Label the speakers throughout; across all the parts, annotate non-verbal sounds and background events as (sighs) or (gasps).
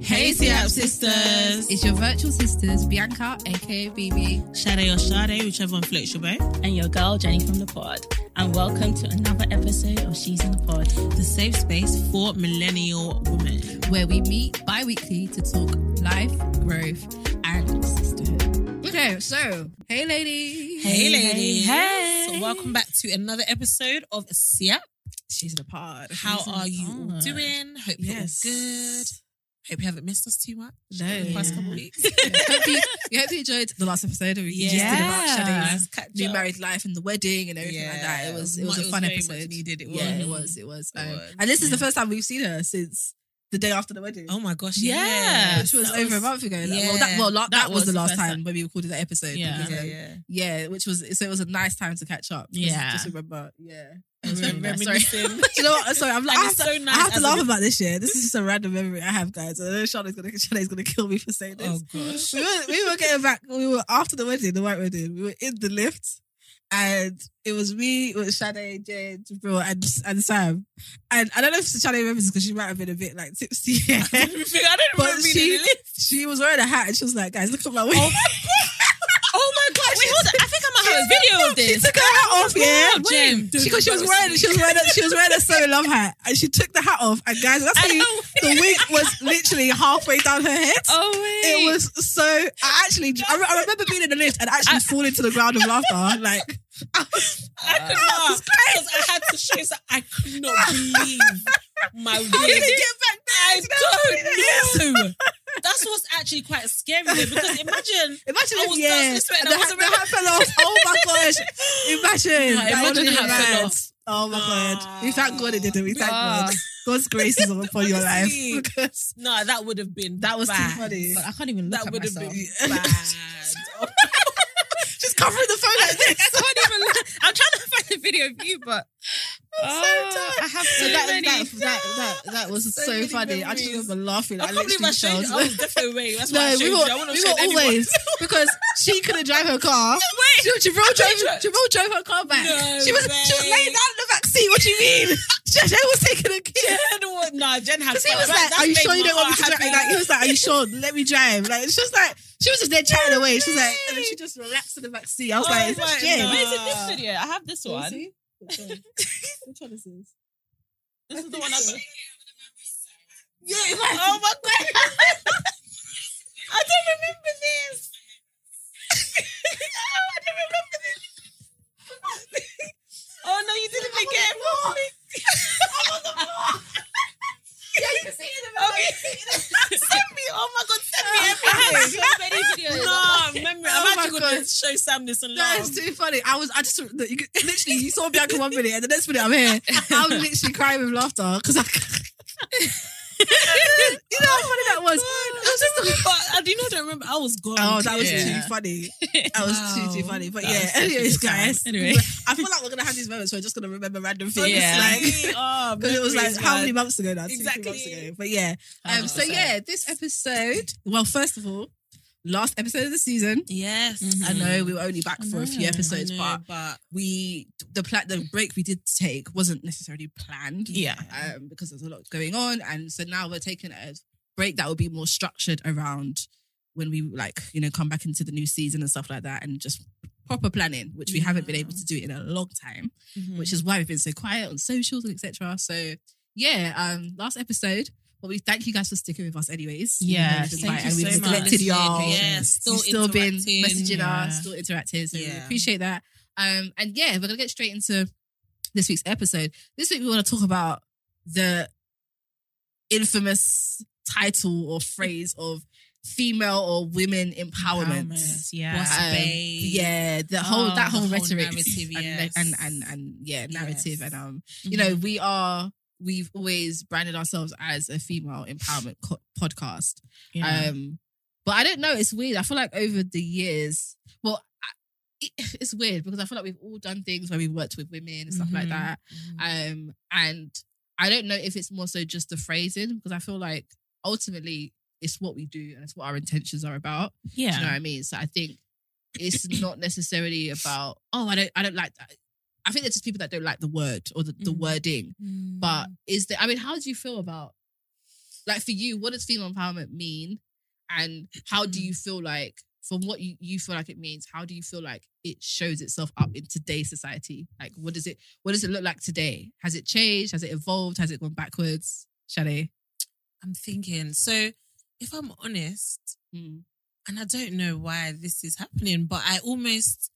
Speaker 1: Hey, Siap sisters.
Speaker 2: It's your virtual sisters, Bianca, aka BB,
Speaker 1: Shade or Sade, whichever one floats your boat.
Speaker 3: and your girl Jenny from the pod, and welcome to another episode of She's in the Pod.
Speaker 1: The safe space for millennial women.
Speaker 2: where we meet bi weekly to talk life, growth, and sisterhood. Okay, so, hey, ladies.
Speaker 1: Hey, ladies.
Speaker 3: hey.
Speaker 1: So welcome back to another episode of Siap.
Speaker 3: She's in the pod.
Speaker 1: How
Speaker 3: She's in
Speaker 1: are
Speaker 3: the
Speaker 1: you all
Speaker 3: pod.
Speaker 1: doing? Hope
Speaker 3: Yes.
Speaker 1: you're all good. Hope you haven't missed us too much
Speaker 3: No.
Speaker 1: in the past couple of
Speaker 3: (laughs)
Speaker 1: weeks.
Speaker 2: hope you, we hope you enjoyed the last episode where we just did about Shadow's
Speaker 1: Catch
Speaker 2: new
Speaker 1: up.
Speaker 2: married life and the wedding and everything like that.
Speaker 1: Yeah.
Speaker 2: It was
Speaker 1: It
Speaker 2: it was
Speaker 1: was
Speaker 2: a fun
Speaker 1: very
Speaker 2: episode.
Speaker 1: much needed, it
Speaker 2: Yeah,
Speaker 1: was.
Speaker 2: it was. It was.
Speaker 1: It
Speaker 2: Um,
Speaker 1: was.
Speaker 2: And this is the first time we've seen her since the day after the wedding.
Speaker 1: Oh my gosh.
Speaker 3: Yeah.
Speaker 1: Yeah.
Speaker 2: which was
Speaker 3: that
Speaker 2: over a
Speaker 3: was-
Speaker 2: month ago. Like, Well,
Speaker 1: yeah,
Speaker 2: that, well, la- that,
Speaker 3: that
Speaker 2: was,
Speaker 3: was
Speaker 2: the
Speaker 3: the
Speaker 2: last
Speaker 3: first
Speaker 2: time
Speaker 3: time.
Speaker 2: when we recorded that episode.
Speaker 3: Yeah.
Speaker 2: because,
Speaker 1: Yeah.
Speaker 2: um,
Speaker 1: yeah.
Speaker 2: Yeah, which was so it was a nice time to catch up. Just-
Speaker 3: Yeah.
Speaker 2: just remember. Yeah,
Speaker 3: was
Speaker 2: Sorry.
Speaker 3: really nice.
Speaker 2: Sorry.
Speaker 1: (laughs) Reminiscing.
Speaker 2: Do you know what? Sorry, I'm like, I
Speaker 1: And
Speaker 2: have,
Speaker 1: it's
Speaker 2: to,
Speaker 1: so nice
Speaker 2: I have to
Speaker 1: as
Speaker 2: laugh
Speaker 1: a-
Speaker 2: about this year. This is just a random memory I have, guys. I know Shana's gonna Shana's gonna kill me for saying this.
Speaker 1: Oh gosh.
Speaker 2: We were, we were getting back. We were after the wedding, the white wedding. We were in the lift, and it was me, it was Shanae, Jay, Jabril, and and Sam. And I don't know if Shanae remembers because she might have been a bit like tipsy. (laughs)
Speaker 1: Oh, (laughs) I don't remember being
Speaker 2: she-
Speaker 1: in the lift.
Speaker 2: she was wearing a hat, and she was like, "Guys, look at my wig."
Speaker 1: Oh my gosh. Wait, hold on. I think I might
Speaker 2: (laughs)
Speaker 1: have a video of
Speaker 2: She
Speaker 1: this.
Speaker 2: took her hat off, yeah.
Speaker 1: God, Jen. Oh,
Speaker 2: She, cause she was wearing, she was wearing, a, she was wearing a so in love hat, and she took the hat off, and guys, that's how
Speaker 1: And
Speaker 2: you,
Speaker 1: her
Speaker 2: the wig was literally halfway down her head.
Speaker 1: Oh,
Speaker 2: It was so. I actually, I, re- I remember being in the lift and actually falling to the ground of laughter. Like,
Speaker 1: I could not because I had to show. So I could not
Speaker 2: (laughs)
Speaker 1: believe my wig. I don't
Speaker 2: (laughs)
Speaker 1: know. That's what's actually quite scary though, because imagine.
Speaker 2: imagine
Speaker 1: I
Speaker 2: if
Speaker 1: was
Speaker 2: yeah,
Speaker 1: dancing, sweating, I
Speaker 2: the,
Speaker 1: was
Speaker 2: hat, the
Speaker 1: around-
Speaker 2: hat fell off. Oh my gosh! Imagine,
Speaker 1: Like,
Speaker 2: That
Speaker 1: imagine the
Speaker 2: would've been
Speaker 1: hat fell
Speaker 2: mad.
Speaker 1: off.
Speaker 2: Oh my god! We thank God it didn't. We thank
Speaker 3: Ah.
Speaker 2: God. God's grace is upon your life (laughs)
Speaker 1: Honestly.
Speaker 2: because
Speaker 1: No, that would have been
Speaker 2: that was
Speaker 1: bad.
Speaker 2: too funny.
Speaker 3: But I can't even look
Speaker 1: That
Speaker 3: at
Speaker 1: would have
Speaker 3: myself.
Speaker 1: (laughs) been
Speaker 2: Yeah.
Speaker 1: bad.
Speaker 2: (laughs) She's covering the phone like this.
Speaker 3: I can't even look. I'm trying to find the video of you, but Oh,
Speaker 1: Ah,
Speaker 3: I have
Speaker 2: So
Speaker 3: so
Speaker 2: that,
Speaker 3: many.
Speaker 2: that, that, that, that was so,
Speaker 1: So many
Speaker 2: funny. I just
Speaker 1: memories.
Speaker 2: remember laughing.
Speaker 1: I can't believe I showed
Speaker 2: literally
Speaker 1: you. I
Speaker 2: felt-
Speaker 1: was definitely away. That's why I
Speaker 2: (laughs) No,
Speaker 1: showed you.
Speaker 2: we
Speaker 1: I
Speaker 2: were,
Speaker 1: wouldn't have
Speaker 2: we were
Speaker 1: showed anyone.
Speaker 2: always because she couldn't drive her
Speaker 1: (laughs)
Speaker 2: car. (laughs) She- Jabril drove, Jabril drove her car back.
Speaker 1: No
Speaker 2: she was she was
Speaker 1: way.
Speaker 2: laying down in the back seat. What do you mean? (laughs) Jay was taking a
Speaker 1: (laughs)
Speaker 2: kid.
Speaker 1: Jen was- Nah, Jen had
Speaker 2: Because he
Speaker 1: fun. That-
Speaker 2: was like,
Speaker 1: that
Speaker 2: "Are you
Speaker 1: made
Speaker 2: sure you
Speaker 1: my
Speaker 2: don't want me
Speaker 1: heart
Speaker 2: to drive?"
Speaker 1: happy.
Speaker 2: Like he was like, "Are you sure? Let me drive." Like she was like, she was just there chatting away. She was like, and then she just relaxed in the back seat.
Speaker 1: (laughs)
Speaker 2: I was
Speaker 1: Oh
Speaker 2: like, "Is this
Speaker 1: my
Speaker 2: Jay?"
Speaker 1: God.
Speaker 3: Where is it this video? I have this one.
Speaker 2: Which one is this?
Speaker 1: This is the one I got.
Speaker 2: Yeah, it's like,
Speaker 1: Oh my god! (laughs) I don't remember this. (laughs) oh, I don't remember this. oh no, you didn't make it. I'm on the floor. (laughs) yeah, you can see it. Oh, you see it. send me. Oh my god, send me
Speaker 3: have
Speaker 1: everything.
Speaker 3: so many
Speaker 1: (laughs)
Speaker 3: videos.
Speaker 1: No, memory.
Speaker 2: Oh
Speaker 1: I'm
Speaker 2: my
Speaker 1: actually going
Speaker 2: God.
Speaker 1: to show Sam this and
Speaker 2: That
Speaker 1: laugh.
Speaker 2: is too funny. I was, I just look, you, could- literally, you saw Bianca one minute, and the next minute I'm here. I'm literally crying with laughter because I.
Speaker 1: (laughs)
Speaker 2: (laughs) you know how funny that was.
Speaker 1: Oh
Speaker 2: I was
Speaker 1: (laughs)
Speaker 2: just.
Speaker 1: but I do not remember. I was gone.
Speaker 2: (laughs) Oh, that was
Speaker 3: Yeah.
Speaker 2: too funny. That was too too
Speaker 1: Wow.
Speaker 2: funny. But
Speaker 3: That
Speaker 2: yeah,
Speaker 3: was such a
Speaker 2: anyways,
Speaker 3: good time.
Speaker 2: guys.
Speaker 3: Anyway.
Speaker 2: I feel like we're gonna have these moments where we're just gonna remember random things.
Speaker 3: Yeah.
Speaker 2: Like,
Speaker 1: (laughs)
Speaker 2: (laughs)
Speaker 1: oh,
Speaker 2: because it was like
Speaker 1: memories,
Speaker 2: how
Speaker 1: man.
Speaker 2: many months ago now? Two, three
Speaker 1: Exactly.
Speaker 2: months ago. But yeah. Um, so
Speaker 3: 100%.
Speaker 2: yeah, this episode. Well, first of all, last episode of the season.
Speaker 1: Yes,
Speaker 2: I know we were only back
Speaker 3: I
Speaker 2: for a few
Speaker 3: know, I
Speaker 2: episodes,
Speaker 1: Mm-hmm. know,
Speaker 2: but we the pla- the break we did take wasn't necessarily planned.
Speaker 1: Yeah.
Speaker 2: um, because there's a lot going on, and so now we're taking a break that will be more structured around when we like you know come back into the new season and stuff like that, and just proper planning, which we haven't been
Speaker 1: Yeah.
Speaker 2: able to do in a long time,
Speaker 1: Mhm.
Speaker 2: which is why we've been so quiet on socials and etc. So yeah, um, last episode But we thank you guys for sticking with us, anyways.
Speaker 4: Yeah,
Speaker 2: Even though
Speaker 4: thank
Speaker 2: it's been quiet
Speaker 4: you so
Speaker 2: and
Speaker 4: much.
Speaker 2: we've neglected y'all.
Speaker 1: Yeah, still
Speaker 2: You've still been
Speaker 1: interacting,
Speaker 2: messaging
Speaker 4: yeah.
Speaker 2: us, still interacting. So we
Speaker 1: Yeah.
Speaker 2: appreciate that. Um, and yeah, we're gonna get straight into this week's episode. This week we want to talk about the infamous title or phrase of female or women empowerment.
Speaker 1: Empowerment,
Speaker 4: yeah.
Speaker 1: Boss
Speaker 2: Um,
Speaker 1: babe.
Speaker 2: Yeah, the whole
Speaker 1: Oh,
Speaker 2: that whole
Speaker 1: the whole
Speaker 2: rhetoric
Speaker 1: narrative,
Speaker 2: (laughs) and,
Speaker 1: yes.
Speaker 2: and and and yeah, narrative
Speaker 1: Yes. Mm-hmm.
Speaker 2: and um you know, we are we've always branded ourselves as a female empowerment co- podcast. Um, but I don't know. It's weird. I feel like over the years, well, I, it- (laughs) it's weird because I feel like we've all done things where we worked with women and stuff like
Speaker 1: Mhm.
Speaker 2: that. Um, and I don't know if it's more so just the phrasing because I feel like ultimately it's what we do and it's what our intentions are about. Do you know what I mean? So I think it's not necessarily about oh I don't I don't like that. I think there's just people that don't like the word or the, the
Speaker 1: Mhm.
Speaker 2: wording. But
Speaker 1: Mm.
Speaker 2: is there, I mean, how do you feel about, like, for you, what does female empowerment mean? And how do you
Speaker 1: Mm.
Speaker 2: feel like, from what you, you feel like it means, how do you feel like it shows itself up in today's society? Like, what does it, what does it look like today? Has it changed? Has it evolved? Has it gone backwards? Shade?
Speaker 1: I'm thinking. So, if I'm honest,
Speaker 2: Mm.
Speaker 1: and I don't know why this is happening, but I almost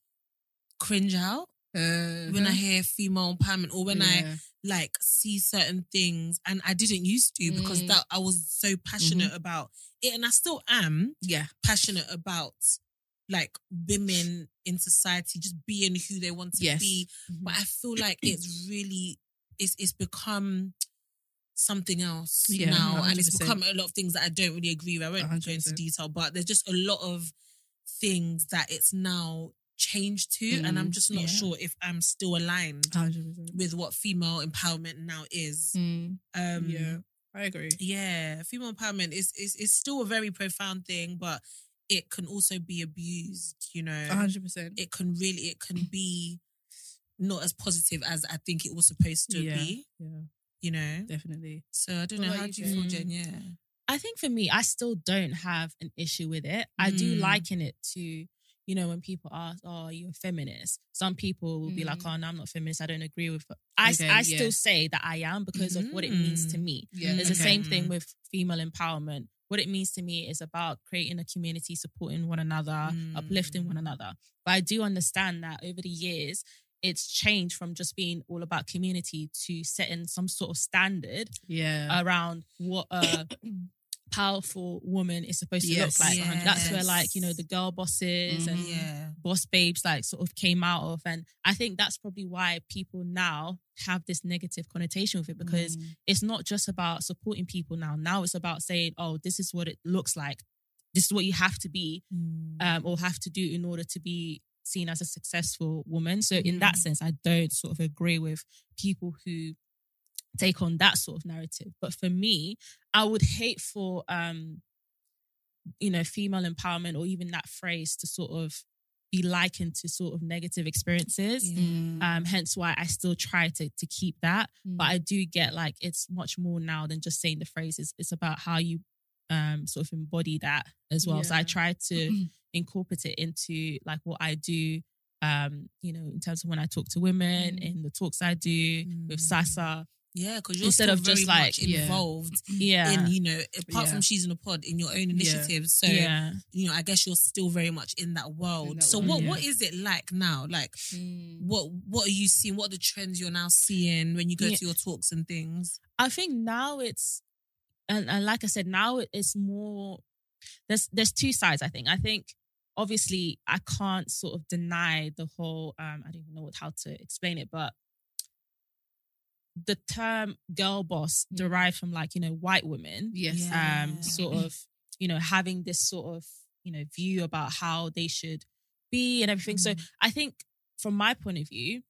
Speaker 1: cringe out
Speaker 2: Uh-huh.
Speaker 1: when I hear female empowerment or when I like see certain things and I didn't used to because
Speaker 2: Mm.
Speaker 1: that I was so passionate about it and I still am
Speaker 2: yeah.
Speaker 1: passionate about like women in society just being who they want to
Speaker 2: Yes.
Speaker 1: be.
Speaker 2: Mm-hmm.
Speaker 1: But I feel like it's
Speaker 2: (clears throat)
Speaker 1: really it's it's become something else
Speaker 2: Yeah,
Speaker 1: now. And it's
Speaker 2: 100%.
Speaker 1: become a lot of things that I don't really agree with. I won't go into
Speaker 2: 100%.
Speaker 1: detail, but there's just a lot of things that it's now changed to. And I'm
Speaker 2: Mm,
Speaker 1: just not
Speaker 2: yeah.
Speaker 1: sure if I'm still aligned with what female empowerment now is.
Speaker 2: Mm.
Speaker 1: Um,
Speaker 2: yeah. I agree.
Speaker 1: yeah, female empowerment is is is still a very profound thing, but it can also be abused. You know,
Speaker 2: 100%.
Speaker 1: it can really it can
Speaker 2: (clears throat)
Speaker 1: be not as positive as I think it was supposed to
Speaker 2: Yeah.
Speaker 1: be.
Speaker 2: Yeah,
Speaker 1: You know,
Speaker 2: definitely.
Speaker 1: so I don't
Speaker 2: What
Speaker 1: know
Speaker 2: about
Speaker 1: how
Speaker 2: you,
Speaker 1: do you feel,
Speaker 2: Jane?
Speaker 1: Jen? Yeah,
Speaker 4: I think for me, I still don't have an issue with it. I do
Speaker 1: Mm.
Speaker 4: liken it to, you know, when people ask, "Oh, are you a feminist?" Some people will be
Speaker 1: Mm.
Speaker 4: like, "Oh, no, I'm not feminist. I don't agree with." I
Speaker 2: Okay,
Speaker 4: I
Speaker 2: yeah.
Speaker 4: still say that I am because of what it means to me.
Speaker 2: Yeah.
Speaker 4: It's the
Speaker 1: Mm. Okay. mm.
Speaker 4: same thing with female empowerment. What it means to me is about creating a community, supporting one another, Uh, uplifting one
Speaker 1: Mm.
Speaker 4: another. But I do understand that over the years, it's changed from just being all about community to setting some sort of standard
Speaker 2: Yeah.
Speaker 4: around what a powerful woman is supposed to
Speaker 2: Yes.
Speaker 4: look like. That's where
Speaker 1: Yes.
Speaker 4: like, you know, the girl bosses
Speaker 2: Mhm.
Speaker 4: and
Speaker 1: yeah,
Speaker 4: boss babes like sort of came out of. And I think that's probably why people now have this negative connotation with it because
Speaker 2: Mm-hmm.
Speaker 4: it's not just about supporting people now. Now it's about saying, oh, this is what it looks like. This is what you have to be
Speaker 1: Mm.
Speaker 4: um, or have to do in order to be seen as a successful woman. So in that
Speaker 1: Mm.
Speaker 4: sense, I don't sort of agree with people who take on that sort of narrative. But for me, I would hate for um, you know, female empowerment or even that phrase to sort of be likened to sort of negative experiences.
Speaker 1: Yeah.
Speaker 2: Uh,
Speaker 4: Um, hence why I still try to to keep that.
Speaker 1: Mm.
Speaker 4: But I do get like it's much more now than just saying the phrase. It's, it's about how you um sort of embody that as well. So I
Speaker 2: Yeah.
Speaker 4: try to incorporate it into like what I do, um, you know, in terms of when I talk to women,
Speaker 2: Mm.
Speaker 4: in the talks I do with
Speaker 1: Mm.
Speaker 4: Sasa.
Speaker 1: yeah, because you're
Speaker 4: Instead
Speaker 1: still
Speaker 4: of
Speaker 1: very
Speaker 4: just like-
Speaker 1: much
Speaker 2: yeah.
Speaker 1: involved
Speaker 4: Yeah.
Speaker 1: in you know apart
Speaker 2: Yeah.
Speaker 1: from she's in a pod in your own initiatives. So
Speaker 4: yeah.
Speaker 1: you know, I guess you're still very much in that world.
Speaker 2: that
Speaker 1: so
Speaker 2: world,
Speaker 1: what
Speaker 4: yeah.
Speaker 1: what is it like now? Like what what are you seeing? What are the trends you're now seeing when you go
Speaker 4: Yeah.
Speaker 1: to your talks and things?
Speaker 4: I think now it's and, and like I said, now it- it's more there's there's two sides, I think. I think obviously I can't sort of deny the whole um I don't even know what, how to explain it, but the term girl boss
Speaker 2: Mm.
Speaker 4: derived from like, you know, white women.
Speaker 2: Yes.
Speaker 1: Yeah.
Speaker 4: um, sort of, you know, having this sort of, you know, view about how they should be and everything. So I think from my point of view,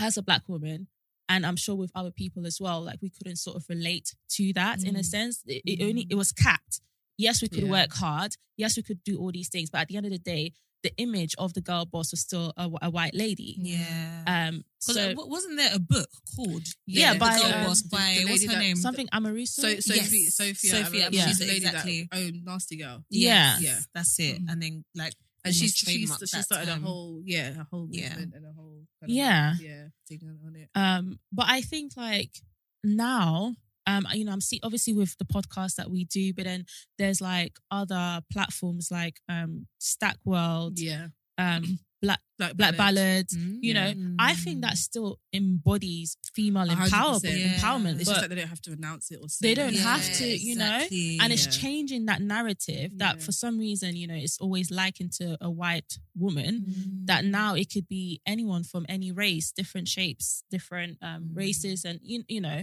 Speaker 4: as a black woman, and I'm sure with other people as well, like we couldn't sort of relate to that in a
Speaker 2: Mm.
Speaker 4: sense. It, it only it was capped. Yes, we could
Speaker 2: Yeah.
Speaker 4: work hard. Yes, we could do all these things, but at the end of the day, the image of the girl boss was still a, a white lady.
Speaker 1: Yeah.
Speaker 4: Um,
Speaker 1: Because
Speaker 4: so
Speaker 1: wasn't there a book called
Speaker 4: Yeah,
Speaker 1: The
Speaker 4: by,
Speaker 1: Girl
Speaker 4: um,
Speaker 1: Boss
Speaker 2: the-
Speaker 1: by
Speaker 2: the
Speaker 1: what's
Speaker 2: lady
Speaker 1: her
Speaker 2: that-
Speaker 1: name?
Speaker 4: something Amariso.
Speaker 2: So, so
Speaker 1: Yes.
Speaker 2: Sophie, Sophia,
Speaker 1: Sophia,
Speaker 2: Sophia
Speaker 4: Mm. yeah.
Speaker 2: she's the lady
Speaker 1: exactly.
Speaker 2: that owned Nasty Girl,
Speaker 4: Yeah. Mm.
Speaker 2: Yeah.
Speaker 1: That's it. And then like
Speaker 2: and she's
Speaker 1: almost
Speaker 2: she's
Speaker 1: trademarked
Speaker 2: she
Speaker 1: that
Speaker 2: started
Speaker 1: term.
Speaker 2: a whole yeah, a whole
Speaker 1: Yeah.
Speaker 2: movement and a whole kind of,
Speaker 4: Yeah.
Speaker 2: yeah thing on it.
Speaker 4: Um, but I think like now, Um, you know, I'm see obviously with the podcast that we do, but then there's like other platforms like um Stack World,
Speaker 1: Yeah.
Speaker 2: Mm.
Speaker 4: um Black Black Ballads. You know, I think that still embodies female empower-
Speaker 1: 100%.
Speaker 4: empowerment.
Speaker 2: It's
Speaker 4: but-
Speaker 2: just like they don't have to announce it or say
Speaker 4: They don't
Speaker 2: it.
Speaker 4: have to, you know,
Speaker 1: exactly,
Speaker 4: and it's
Speaker 1: yeah.
Speaker 4: changing that narrative that
Speaker 2: Yeah.
Speaker 4: for some reason you know it's always likened to a white
Speaker 2: Mm.
Speaker 4: woman
Speaker 1: Mm.
Speaker 4: that now it could be anyone from any race different shapes different
Speaker 2: Mm.
Speaker 4: um, races and you, you know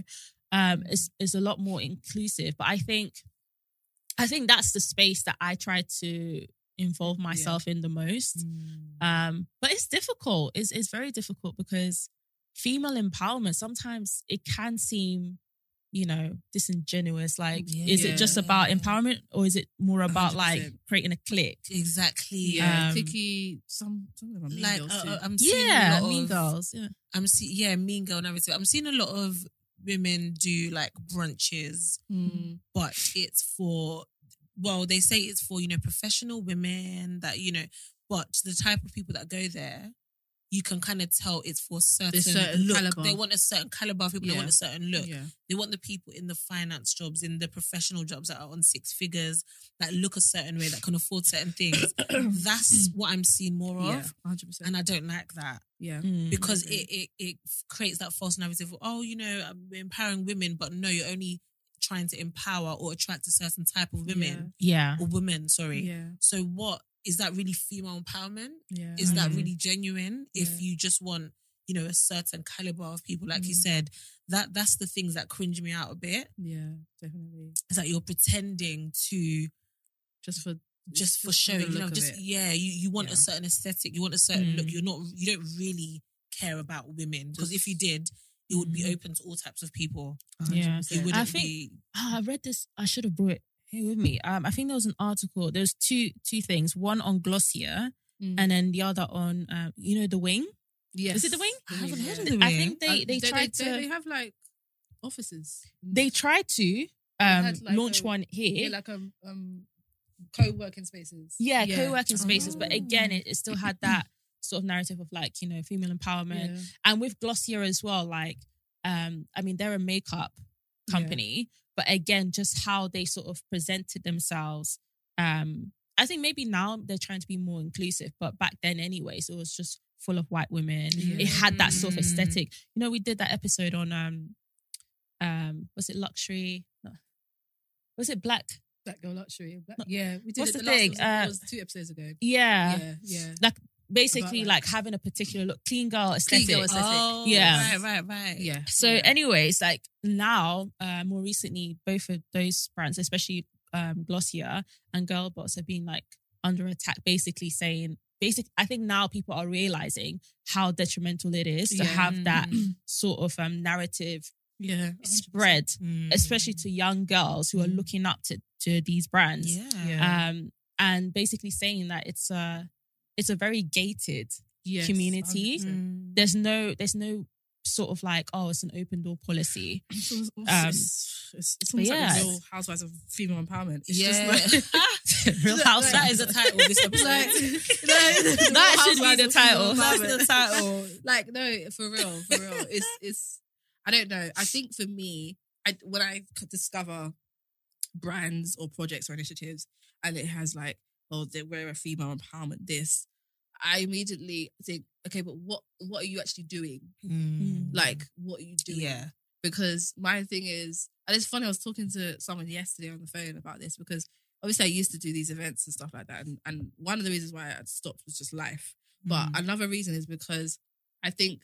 Speaker 4: um it's, it's a lot more inclusive but i think i think that's the space that i try to involve myself in the most
Speaker 2: Mm.
Speaker 4: um but it's difficult it's, it's very difficult because female empowerment sometimes it can seem you know disingenuous like is it just
Speaker 1: Yeah.
Speaker 4: about empowerment or is it more about like
Speaker 2: 100%.
Speaker 4: creating a clique
Speaker 1: Exactly.
Speaker 4: Yeah. Um,
Speaker 1: Clicky.
Speaker 2: Some, some of them are mean
Speaker 1: Like
Speaker 2: girls
Speaker 1: uh,
Speaker 2: too.
Speaker 1: uh, I'm seeing
Speaker 4: yeah
Speaker 1: a lot
Speaker 4: mean
Speaker 1: of,
Speaker 4: girls yeah
Speaker 1: I'm see yeah mean girl narrative. I'm seeing a lot of women do like brunches,
Speaker 2: Mm.
Speaker 1: but it's for well they say it's for you know professional women that you know, but the type of people that go there. You can kind of tell it's for certain,
Speaker 2: certain
Speaker 1: look.
Speaker 2: caliber.
Speaker 1: They want a certain caliber of people. They
Speaker 2: Yeah.
Speaker 1: want a certain look.
Speaker 2: Yeah.
Speaker 1: They want the people in the finance jobs, in the professional jobs that are on six figures, that look a certain way, that can afford certain
Speaker 2: (coughs)
Speaker 1: things. That's what I'm seeing more of.
Speaker 2: Yeah, 100%.
Speaker 1: And I don't like that
Speaker 2: yeah.
Speaker 4: Mm.
Speaker 1: because
Speaker 2: agree.
Speaker 1: it, it, it creates that false narrative of, oh, you know, I'm empowering women, but no, you're only trying to empower or attract a certain type of women
Speaker 4: yeah
Speaker 1: or women, sorry.
Speaker 2: Yeah.
Speaker 1: So, what is that really female empowerment?
Speaker 2: Yeah.
Speaker 1: Is that
Speaker 4: Mhm.
Speaker 1: really genuine
Speaker 2: Mm-hmm. Yeah. Mm-hmm.
Speaker 1: if you just want, you know, a certain caliber of people? Like you said, that that's the things that cringe me out a bit.
Speaker 2: Yeah, definitely.
Speaker 1: Is that you're pretending to
Speaker 2: Just for
Speaker 1: just for
Speaker 2: the
Speaker 1: showing, you
Speaker 2: look
Speaker 1: know,
Speaker 2: of
Speaker 1: just
Speaker 2: it.
Speaker 1: yeah, you, you want
Speaker 2: Yeah.
Speaker 1: a certain aesthetic, you want a certain look.
Speaker 4: Mm.
Speaker 1: You're not you don't really care about women because if you did, it would
Speaker 2: mm.
Speaker 1: be open to all types of people.
Speaker 4: Yeah.
Speaker 1: It wouldn't
Speaker 4: I think-
Speaker 1: be
Speaker 4: Ah, I read this. I should have brought it here with me. Um, I think there was an article. There's two two things. One on Glossier,
Speaker 1: Mm-hmm.
Speaker 4: and then the other on um, you know, the wing.
Speaker 2: Yes.
Speaker 4: Is it the wing?
Speaker 2: I haven't heard of
Speaker 4: Th-
Speaker 2: the
Speaker 4: I think
Speaker 2: Uh,
Speaker 4: they they tried
Speaker 2: they,
Speaker 4: to
Speaker 2: They
Speaker 4: they,
Speaker 2: have like offices.
Speaker 4: tried to um
Speaker 2: had, like,
Speaker 4: launch
Speaker 2: a-
Speaker 4: one
Speaker 2: Yeah,
Speaker 4: here.
Speaker 2: like um, um, co-working spaces.
Speaker 4: yeah, co-working spaces, but
Speaker 2: Oh.
Speaker 4: again, it, it still had that sort of narrative of like you know female empowerment,
Speaker 2: Yeah.
Speaker 4: and with Glossier as well. Like, um, I mean, they're a makeup company, but again, just how they sort of presented themselves. Um, I think maybe now they're trying to be more inclusive, but back then, anyway, so it was just full of white women. It had that sort of
Speaker 1: Mm.
Speaker 4: aesthetic. You know, we did that episode on um, um, was it luxury? No. Was it black?
Speaker 2: Black girl luxury. Black, yeah, we did.
Speaker 4: What's
Speaker 2: it
Speaker 4: the
Speaker 2: last-
Speaker 4: thing?
Speaker 2: It was,
Speaker 4: Uh,
Speaker 2: it was two episodes ago.
Speaker 4: Yeah,
Speaker 2: Yeah, yeah.
Speaker 4: basically
Speaker 2: About,
Speaker 4: like
Speaker 2: like-
Speaker 4: having a particular look, clean girl aesthetic.
Speaker 2: Clean girl aesthetic.
Speaker 1: Oh,
Speaker 4: Yeah.
Speaker 1: right, right, right.
Speaker 2: Yeah.
Speaker 4: So, anyways, like now, uh, more recently, both of those brands, especially um, Glossier and Girl Boss, have been like under attack, basically saying, basic. I think now people are realizing how detrimental it is to
Speaker 2: Yeah.
Speaker 4: have that (clears throat) sort of um, narrative
Speaker 2: yeah.
Speaker 4: spread,
Speaker 1: Mm.
Speaker 4: especially to young girls who are looking up to, to these brands
Speaker 1: yeah.
Speaker 2: Mm-hmm. Yeah.
Speaker 4: um, and basically saying that it's a it's a very gated.
Speaker 2: Yes,
Speaker 4: community.
Speaker 2: 100%.
Speaker 4: There's no there's no sort of like oh it's an open door
Speaker 2: (laughs)
Speaker 4: policy.
Speaker 2: It's almost-
Speaker 4: Um,
Speaker 2: it's, it's, it's almost
Speaker 4: yeah.
Speaker 2: like the real housewives of female empowerment. It's
Speaker 1: Yeah.
Speaker 2: just (laughs) like,
Speaker 4: (laughs) Real Housewives.
Speaker 1: that is the title of this episode. (laughs)
Speaker 2: like,
Speaker 4: That should be the title.
Speaker 2: That's
Speaker 1: the title.
Speaker 2: (laughs) like no for real for real it's it's i don't know i think for me i when i c- discover brands or projects or initiatives and it has like oh they we're a female empowerment this i immediately think okay but what what are you actually doing
Speaker 1: (laughs) Mm.
Speaker 2: like what are you doing
Speaker 1: yeah.
Speaker 2: because my thing is, and it's funny, I was talking to someone yesterday on the phone about this because obviously I used to do these events and stuff like that. And, and one of the reasons why I stopped was just life. But another reason is because I think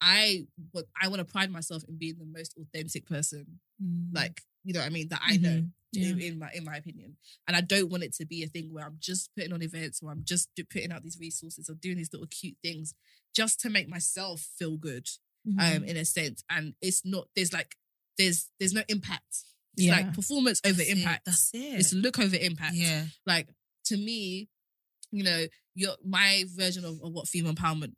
Speaker 2: I what I want to pride myself in being the most authentic person,
Speaker 4: Mm.
Speaker 2: mm, like, you know what I mean, that I know. In, in my in my opinion, and I don't want it to be a thing where I'm just putting on events or I'm just do- putting out these resources or doing these little cute things just to make myself feel good
Speaker 4: Mm-hmm.
Speaker 1: Mm-hmm.
Speaker 2: um in a sense and it's not there's like there's there's no impact it's
Speaker 4: Yeah.
Speaker 2: like performance over
Speaker 1: That's it,
Speaker 2: impact
Speaker 1: That's it.
Speaker 2: it's look over impact
Speaker 1: yeah.
Speaker 2: like to me you know your my version of, of what female empowerment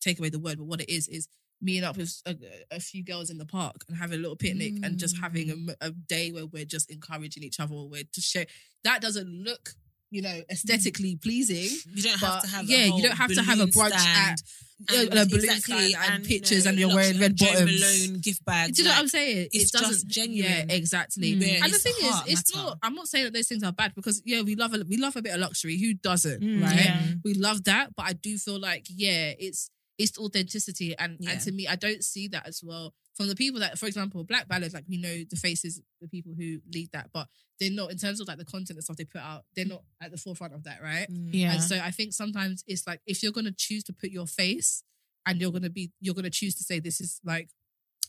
Speaker 2: take away the word but what it is is meeting up with a, a few girls in the park and having a little picnic and
Speaker 1: Mm.
Speaker 2: just having a m- a, day where we're just encouraging each other we're to share that doesn't look you know, aesthetically pleasing.
Speaker 1: You don't
Speaker 2: But
Speaker 1: have to have.
Speaker 2: yeah,
Speaker 1: a
Speaker 2: you
Speaker 1: whole
Speaker 2: don't have to have a
Speaker 1: balloon
Speaker 2: brunch
Speaker 1: stand
Speaker 2: at yeah, a balloon
Speaker 1: exactly,
Speaker 2: stand and,
Speaker 1: you
Speaker 2: pictures,
Speaker 1: know,
Speaker 2: and you're wearing
Speaker 1: luxury-
Speaker 2: red
Speaker 1: Joe
Speaker 2: bottoms.
Speaker 1: Malone gift bag.
Speaker 2: Do you know
Speaker 1: like,
Speaker 2: what I'm saying?
Speaker 1: it's
Speaker 2: doesn't-
Speaker 1: just genuine.
Speaker 2: Yeah, exactly.
Speaker 1: Mm.
Speaker 2: And the
Speaker 1: It's
Speaker 2: thing is,
Speaker 1: heart
Speaker 2: it's
Speaker 1: matter.
Speaker 2: not. I'm not saying that those things are bad because yeah, we love a, we love a bit of luxury. Who doesn't,
Speaker 4: Mm,
Speaker 2: right?
Speaker 4: yeah.
Speaker 2: We love that, but I do feel like yeah, it's it's authenticity, and
Speaker 1: Yeah.
Speaker 2: and to me, I don't see that as well from the people that, for example, Black Ballad. Like we know the faces, the people who lead that, but they're not in terms of like the content and stuff they put out. They're not at the forefront of that, right?
Speaker 1: mm.
Speaker 4: Yeah.
Speaker 2: And so I think sometimes it's like if you're gonna choose to put your face and you're gonna be you're gonna choose to say this is like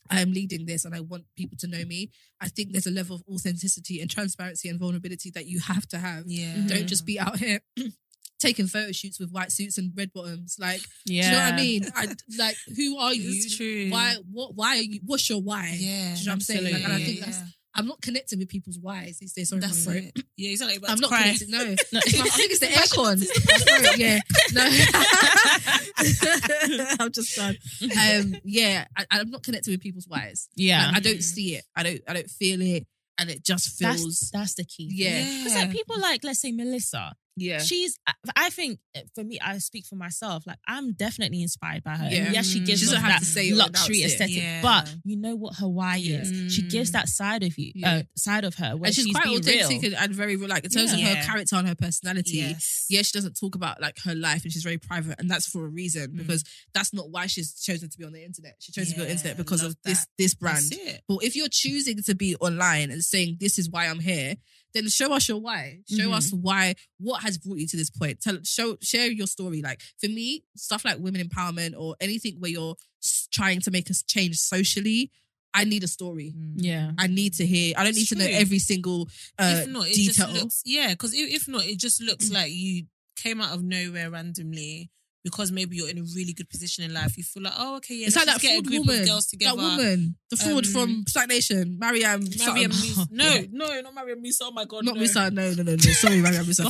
Speaker 2: I am leading this and I want people to know me. I think there's a level of authenticity and transparency and vulnerability that you have to have.
Speaker 1: Yeah.
Speaker 2: Don't just be out here (clears throat) taking photo shoots with white suits and red bottoms. Like,
Speaker 4: yeah.
Speaker 2: do you know what I mean? I, like, who are you?
Speaker 1: It's true.
Speaker 2: Why? What? Why are you? What's your why?
Speaker 1: Yeah.
Speaker 2: Do you know what I'm saying? Like, and I
Speaker 4: absolutely.
Speaker 2: think that's. I'm not connecting with people's whys these days. Sorry, my
Speaker 1: That's
Speaker 2: throat.
Speaker 1: it. Yeah, he's not like about
Speaker 2: I'm
Speaker 1: to
Speaker 2: not
Speaker 1: cry. (laughs)
Speaker 2: connected. No, (laughs) no. I think it's the aircon. Sorry, yeah, no. I'm just done. (laughs) Um, yeah, I, I'm not connected with people's wires.
Speaker 4: yeah.
Speaker 2: Like, I don't see it. I don't. I don't feel it, and it just feels.
Speaker 4: that's, that's the key.
Speaker 2: yeah, (laughs)
Speaker 4: Because like people like, let's say Melissa,
Speaker 2: yeah,
Speaker 4: she's. I- I think uh, for me, I speak for myself. Like I'm definitely inspired by her.
Speaker 2: Yeah.
Speaker 4: And yes, she
Speaker 1: Mm.
Speaker 4: gives
Speaker 2: She
Speaker 4: us
Speaker 2: doesn't have to
Speaker 4: that
Speaker 2: say it or
Speaker 4: luxury
Speaker 2: announce it.
Speaker 4: aesthetic,
Speaker 1: Yeah.
Speaker 4: but you know what her why is. She gives
Speaker 1: Mm.
Speaker 4: that side of you,
Speaker 2: Yeah.
Speaker 4: uh, side of her, where
Speaker 2: and she's, quite
Speaker 4: being real.
Speaker 2: authentic and, and very real. Like in terms of
Speaker 1: Yeah.
Speaker 2: her character and her personality.
Speaker 1: Yes.
Speaker 2: Yeah, she doesn't talk about like her life, and she's very private, and that's for a reason because that's not why she's chosen to be on the internet. She chose to be on the
Speaker 1: Yeah,
Speaker 2: internet because
Speaker 1: love
Speaker 2: of this
Speaker 1: that.
Speaker 2: this brand.
Speaker 1: That's it.
Speaker 2: But if you're choosing to be online and saying this is why I'm here, then show us your why. Show
Speaker 4: Mhm.
Speaker 1: Mm-hmm.
Speaker 2: us why what has brought you to this point. Tell show share your story. Like for me, stuff like women empowerment or anything where you're s- trying to make us change socially, I need a story.
Speaker 4: yeah.
Speaker 2: (laughs) I need to hear. I don't need
Speaker 1: It's
Speaker 2: to know
Speaker 1: Mm-hmm. true.
Speaker 2: every single uh,
Speaker 1: if not, it
Speaker 2: detail.
Speaker 1: just looks yeah. Because if, if not, it just looks like you came out of nowhere randomly because maybe you're in a really good position in life. You feel like, oh, okay, yeah,
Speaker 2: it's like
Speaker 1: let's just
Speaker 2: that
Speaker 1: get a
Speaker 2: fraud
Speaker 1: group
Speaker 2: woman.
Speaker 1: of girls together.
Speaker 2: That woman, the fraud
Speaker 1: Um,
Speaker 2: from Stack Nation, Mariam.
Speaker 1: Mariam,
Speaker 2: something.
Speaker 1: Mus-
Speaker 2: (laughs)
Speaker 1: no, no, not Mariam Musa. Oh my god,
Speaker 2: not
Speaker 1: no. (laughs)
Speaker 2: Musa. No, no, no, no. Sorry, Mariam Musa.
Speaker 1: No,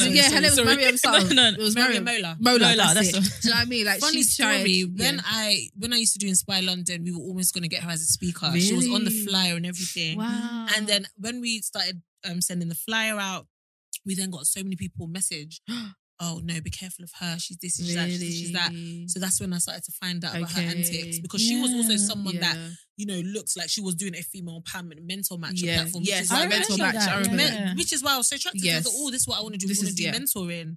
Speaker 1: (laughs) no,
Speaker 2: it- yeah,
Speaker 1: sorry,
Speaker 2: her name was
Speaker 1: sorry.
Speaker 2: Mariam Sal.
Speaker 4: (laughs) No, no,
Speaker 2: it was
Speaker 1: Mariam
Speaker 2: Mariam
Speaker 1: Mola.
Speaker 2: Mola.
Speaker 4: Mola,
Speaker 2: That's,
Speaker 4: that's
Speaker 2: it. Do you know what I mean? Like
Speaker 1: Funny
Speaker 2: she tried.
Speaker 1: story. When
Speaker 2: yeah.
Speaker 1: I when I used to do Inspire London, we were almost going to get her as a speaker. She was on the
Speaker 2: Really?
Speaker 1: flyer and
Speaker 2: (laughs)
Speaker 1: everything.
Speaker 4: Wow.
Speaker 1: And then when we started um, sending the flyer out, we then got so many people message. (gasps) Oh no, be careful of her. She's this, she's that, she's this, she's that.
Speaker 2: Really?
Speaker 1: So that's when I started to find out about her
Speaker 2: Okay.
Speaker 1: antics because she was also
Speaker 4: Yeah.
Speaker 1: someone that
Speaker 2: Yeah.
Speaker 1: you know looked like she was doing a female empowerment mentor match or
Speaker 2: Yeah.
Speaker 1: platform.
Speaker 2: Yes,
Speaker 1: which is
Speaker 2: I
Speaker 1: why
Speaker 2: remember
Speaker 1: actually-
Speaker 2: that. I remember
Speaker 1: men-
Speaker 4: Yeah.
Speaker 1: which is why I was so attracted.
Speaker 2: Yes.
Speaker 1: Yes. I was like, oh, this is what I want to do.
Speaker 2: This
Speaker 1: I want
Speaker 2: is-
Speaker 1: to do
Speaker 2: yeah.
Speaker 1: mentoring.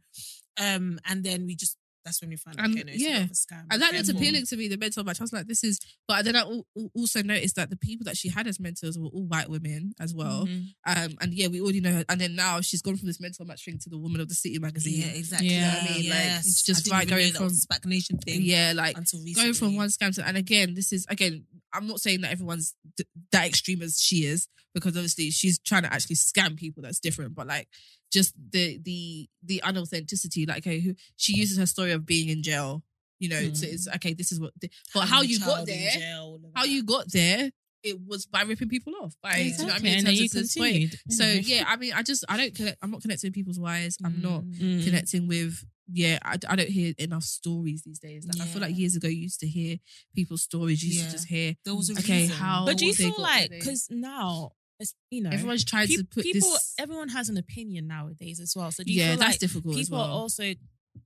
Speaker 1: Um, and then we just that's when we found out.
Speaker 2: And-
Speaker 1: okay, no, it's a bit
Speaker 2: yeah.
Speaker 1: of a scam.
Speaker 2: And that looked
Speaker 1: Careful.
Speaker 2: appealing to me, the mentor match. I was like, this is, but then I al- al- also noticed that the people that she had as mentors were all white women as well.
Speaker 1: Mhm.
Speaker 2: Um, and yeah, we already know her. And then now she's gone from this mentor match thing to the woman of the city magazine.
Speaker 1: Yeah, exactly.
Speaker 4: Yeah.
Speaker 2: You know what I mean? Like,
Speaker 1: Yes.
Speaker 2: it's
Speaker 1: I
Speaker 2: just
Speaker 1: didn't
Speaker 2: right
Speaker 1: even
Speaker 2: going
Speaker 1: know that was
Speaker 2: from-
Speaker 1: a Spac Nation thing.
Speaker 2: yeah, like
Speaker 1: Until recently.
Speaker 2: going from one scam to, and again, this is, again, I'm not saying that everyone's d- that extreme as she is, because obviously she's trying to actually scam people. That's different. But like, just the the the unauthenticity. Like, okay, who she uses her story of being in jail. You know, to, it's
Speaker 4: Mm.
Speaker 2: okay. This is what, but
Speaker 1: Having
Speaker 2: how
Speaker 1: a
Speaker 2: you got
Speaker 1: child in
Speaker 2: there,
Speaker 1: jail, all of
Speaker 2: how
Speaker 1: that.
Speaker 2: you got there, it was by ripping people off. By do you know what I mean?
Speaker 4: Exactly,
Speaker 2: In
Speaker 4: and then
Speaker 2: terms
Speaker 4: you
Speaker 2: of this point.
Speaker 4: continued.
Speaker 2: So
Speaker 4: you know.
Speaker 2: yeah, I mean, I just I don't connect. I'm not connecting with people's wires. I'm not
Speaker 4: Mm.
Speaker 2: connecting with. Yeah, I, I don't hear enough stories these days. Like I feel
Speaker 1: Yeah.
Speaker 2: like years ago, you used to hear people's stories. You used
Speaker 1: Yeah.
Speaker 2: to just hear.
Speaker 1: There was a
Speaker 2: Okay,
Speaker 1: reason.
Speaker 2: how-
Speaker 4: But do you
Speaker 2: they
Speaker 4: feel
Speaker 2: got
Speaker 4: like
Speaker 2: there.
Speaker 4: because now it's you know
Speaker 2: Everyone's tried
Speaker 4: pe-
Speaker 2: to put
Speaker 4: people
Speaker 2: this.
Speaker 4: everyone has an opinion nowadays as well. So do you
Speaker 2: yeah,
Speaker 4: feel
Speaker 2: that's
Speaker 4: like
Speaker 2: difficult as
Speaker 4: people are
Speaker 2: well.
Speaker 4: also